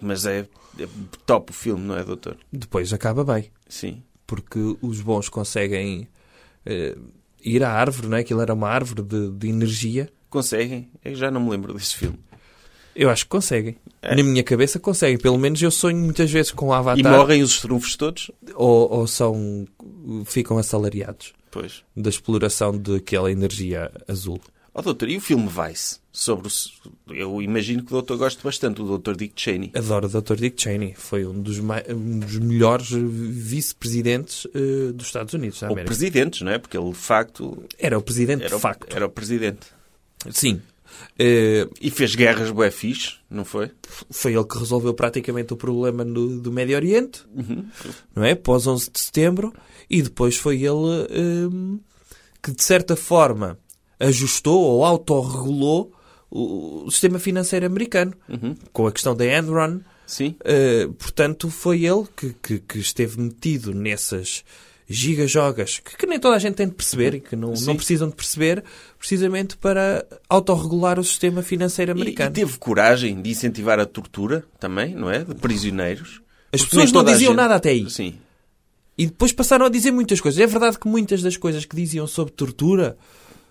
Speaker 2: Mas é, é top o filme, não é, doutor?
Speaker 3: Depois acaba bem.
Speaker 2: Sim.
Speaker 3: Porque os bons conseguem eh, ir à árvore, não é? Aquilo era uma árvore de, de energia.
Speaker 2: Conseguem? Eu já não me lembro desse filme.
Speaker 3: Eu acho que conseguem. Na minha cabeça conseguem. Pelo menos eu sonho muitas vezes com o Avatar.
Speaker 2: É. E morrem os estrunfos todos?
Speaker 3: Ou, ou são, ficam assalariados
Speaker 2: Pois.
Speaker 3: da exploração daquela energia azul.
Speaker 2: Ó doutor, e o filme Vice? Sobre o... Eu imagino que o doutor gosta bastante do doutor Dick Cheney.
Speaker 3: Adoro o Dr. Dick Cheney. Foi um dos, mai- um dos melhores vice-presidentes eh, dos Estados Unidos da
Speaker 2: Ou
Speaker 3: América.
Speaker 2: presidentes, não é? Porque ele, de facto,
Speaker 3: Era o presidente
Speaker 2: era o,
Speaker 3: de facto.
Speaker 2: era o presidente.
Speaker 3: Sim. Eh,
Speaker 2: E fez guerras bué fixe, não foi?
Speaker 3: foi ele que resolveu praticamente o problema no- do Médio Oriente,
Speaker 2: Uhum.
Speaker 3: não é? Pós 11 de setembro. E depois foi ele hum, que, de certa forma, ajustou ou autorregulou o, o sistema financeiro americano.
Speaker 2: Uhum.
Speaker 3: Com a questão da Enron,
Speaker 2: Sim.
Speaker 3: Uh, portanto, foi ele que, que- que esteve metido nessas gigajogas que, que nem toda a gente tem de perceber e que não,
Speaker 2: Sim.
Speaker 3: não precisam de perceber, precisamente para autorregular o sistema
Speaker 2: E,
Speaker 3: financeiro
Speaker 2: e
Speaker 3: americano.
Speaker 2: teve coragem de incentivar a tortura também, não é? De prisioneiros.
Speaker 3: As
Speaker 2: Porque nem
Speaker 3: pessoas não
Speaker 2: toda a
Speaker 3: diziam
Speaker 2: gente-
Speaker 3: nada até aí.
Speaker 2: Sim.
Speaker 3: E depois passaram a dizer muitas coisas. É verdade que muitas das coisas que diziam sobre tortura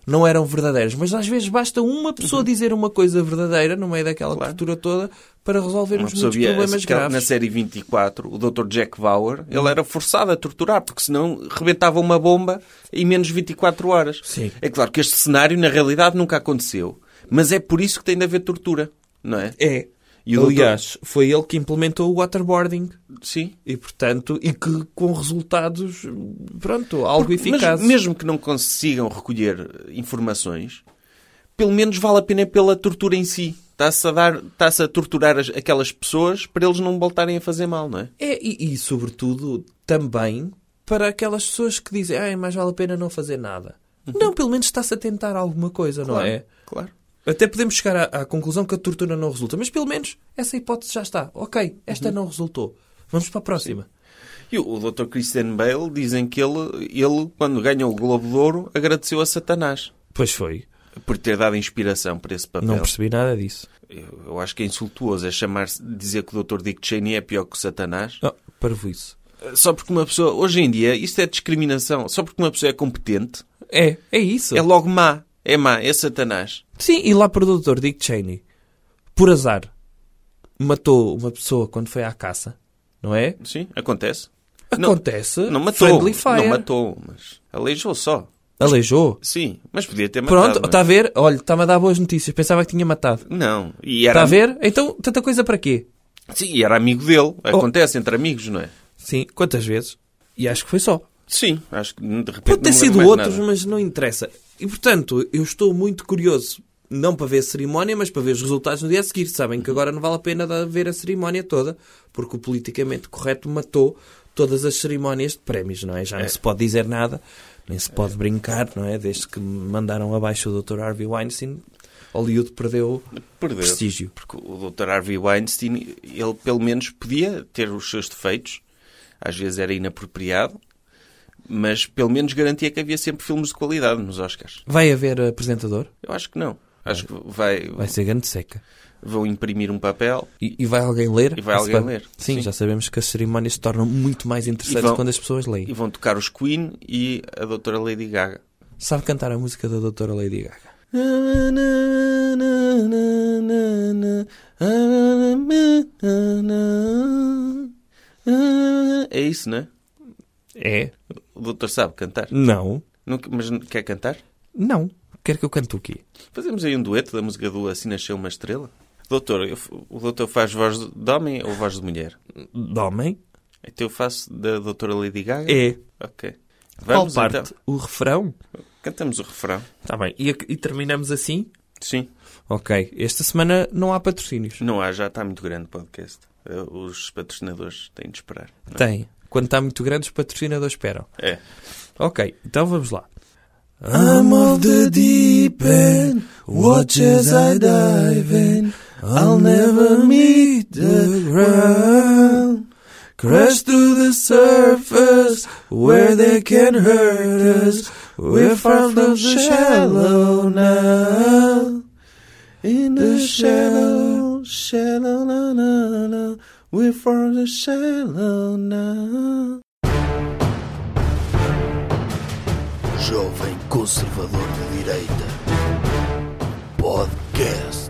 Speaker 3: não eram verdadeiras, mas às vezes basta uma pessoa dizer uma coisa verdadeira no meio daquela
Speaker 2: Uhum. Claro.
Speaker 3: tortura toda para
Speaker 2: Uma
Speaker 3: resolvermos
Speaker 2: pessoa
Speaker 3: muitos
Speaker 2: via
Speaker 3: problemas
Speaker 2: aquela- na
Speaker 3: graves. Uhum.
Speaker 2: série 24, o Dr. Jack Bauer, ele era forçado a torturar, porque senão rebentava uma bomba em menos de 24 horas.
Speaker 3: Sim.
Speaker 2: É claro que este cenário, na realidade, nunca aconteceu. Mas é por isso que tem de haver tortura, não é?
Speaker 3: É.
Speaker 2: E o
Speaker 3: Aliás, foi ele que implementou o waterboarding.
Speaker 2: Sim.
Speaker 3: E portanto, e que com resultados, pronto, algo eficazes.
Speaker 2: Mas mesmo que não consigam recolher eh, informações, pelo menos vale a pena pela tortura em si. Está-se a, dar, está-se a torturar as- aquelas pessoas para eles não voltarem a fazer mal, não é?
Speaker 3: É, e, e, sobretudo também para aquelas pessoas que dizem, ah, mais vale a pena não fazer nada. Não, pelo menos está-se a tentar alguma coisa, não é?
Speaker 2: Claro.
Speaker 3: Até podemos chegar à, à conclusão que a tortura não resulta, mas pelo menos essa hipótese já está. Ok, esta não resultou. Vamos para a próxima.
Speaker 2: E o o Dr. Christian Bale dizem que ele, ele, quando ganhou o Globo de Ouro, agradeceu a Satanás
Speaker 3: Pois foi.
Speaker 2: por ter dado inspiração para esse papel.
Speaker 3: Não percebi nada disso.
Speaker 2: eu, eu acho que é insultuoso é chamar dizer que o Dr. Dick Cheney é pior que o Satanás.
Speaker 3: Oh, parvoíce.
Speaker 2: Só porque uma pessoa... Hoje em dia, isto é discriminação. Só porque uma pessoa é competente,
Speaker 3: É, é isso.
Speaker 2: é logo má. É má, é Satanás.
Speaker 3: Sim, e lá para o Dr. Dick Cheney, por azar, matou uma pessoa quando foi à caça, não é?
Speaker 2: Sim, acontece.
Speaker 3: Acontece.
Speaker 2: Não matou.
Speaker 3: Friendly fire.
Speaker 2: Não matou, mas aleijou só.
Speaker 3: Aleijou.
Speaker 2: Sim, mas podia ter matado.
Speaker 3: Pronto, tá-
Speaker 2: mas-
Speaker 3: está a ver? Olha, está-me a dar boas notícias. Pensava que tinha matado.
Speaker 2: Não, e
Speaker 3: Está
Speaker 2: era...
Speaker 3: a ver? Então, tanta coisa para quê?
Speaker 2: Sim, e era amigo dele.
Speaker 3: Oh.
Speaker 2: Acontece entre amigos, não é?
Speaker 3: Sim, quantas vezes? E acho que foi só.
Speaker 2: Sim, acho que de repente.
Speaker 3: Pode ter
Speaker 2: não me lembro
Speaker 3: sido
Speaker 2: mais
Speaker 3: outros,
Speaker 2: nada.
Speaker 3: mas não interessa. E portanto, eu estou muito curioso. Não para ver a cerimónia, mas para ver os resultados no dia a seguir. Sabem
Speaker 2: Uhum.
Speaker 3: que agora não vale a pena dar- ver a cerimónia toda, porque o politicamente correto matou todas as cerimónias de prémios, não é? Já não se pode dizer nada, nem se pode brincar, não é? Desde que mandaram abaixo o Dr. Harvey Weinstein, Hollywood perdeu
Speaker 2: Perdeu.
Speaker 3: prestígio.
Speaker 2: Porque o Dr. Harvey Weinstein, ele pelo menos podia ter os seus defeitos. Às vezes era inapropriado. Mas pelo menos garantia que havia sempre filmes de qualidade nos Oscars.
Speaker 3: Vai haver apresentador?
Speaker 2: Eu acho que não. Acho que vai,
Speaker 3: Vai ser grande seca.
Speaker 2: vão imprimir um papel
Speaker 3: E, e vai alguém ler?
Speaker 2: E vai alguém
Speaker 3: Esse pa-
Speaker 2: ler,
Speaker 3: Sim,
Speaker 2: sim.
Speaker 3: já sabemos que as cerimónias se tornam muito mais interessantes
Speaker 2: vão-
Speaker 3: quando as pessoas leem.
Speaker 2: e vão tocar os Queen e a Dra. Lady Gaga.
Speaker 3: Sabe cantar a música da Doutora Lady Gaga?
Speaker 2: É isso, não é?
Speaker 3: É?
Speaker 2: O doutor sabe cantar.
Speaker 3: Não.
Speaker 2: Não que- mas não- quer cantar?
Speaker 3: Não. Quer que eu cante o quê?
Speaker 2: Fazemos aí um dueto da música do Assim Nasceu Uma Estrela. Doutor, eu f- o doutor faz voz de homem ou voz de mulher?
Speaker 3: De homem?
Speaker 2: Então eu faço da doutora Lady Gaga?
Speaker 3: É.
Speaker 2: Ok.
Speaker 3: Qual
Speaker 2: Vamos
Speaker 3: parte?
Speaker 2: então.
Speaker 3: O refrão?
Speaker 2: Cantamos o refrão.
Speaker 3: Está bem. E, e terminamos assim?
Speaker 2: Sim.
Speaker 3: Ok. Esta semana não há patrocínios.
Speaker 2: Não há, já está muito grande o podcast. Eh, Os patrocinadores têm de esperar. não é?
Speaker 3: Tem. Quando está muito grande, os patrocinadores esperam.
Speaker 2: É.
Speaker 3: Ok. Então vamos lá. I'm of the deep end, watch as I dive in. I'll never meet the ground. Crash to the surface where they can hurt us. We're from the shallow now. In the shallow, shallow, na, na, na. We're from the shallow now.
Speaker 1: Jovem Conservador de Direita. Podcast.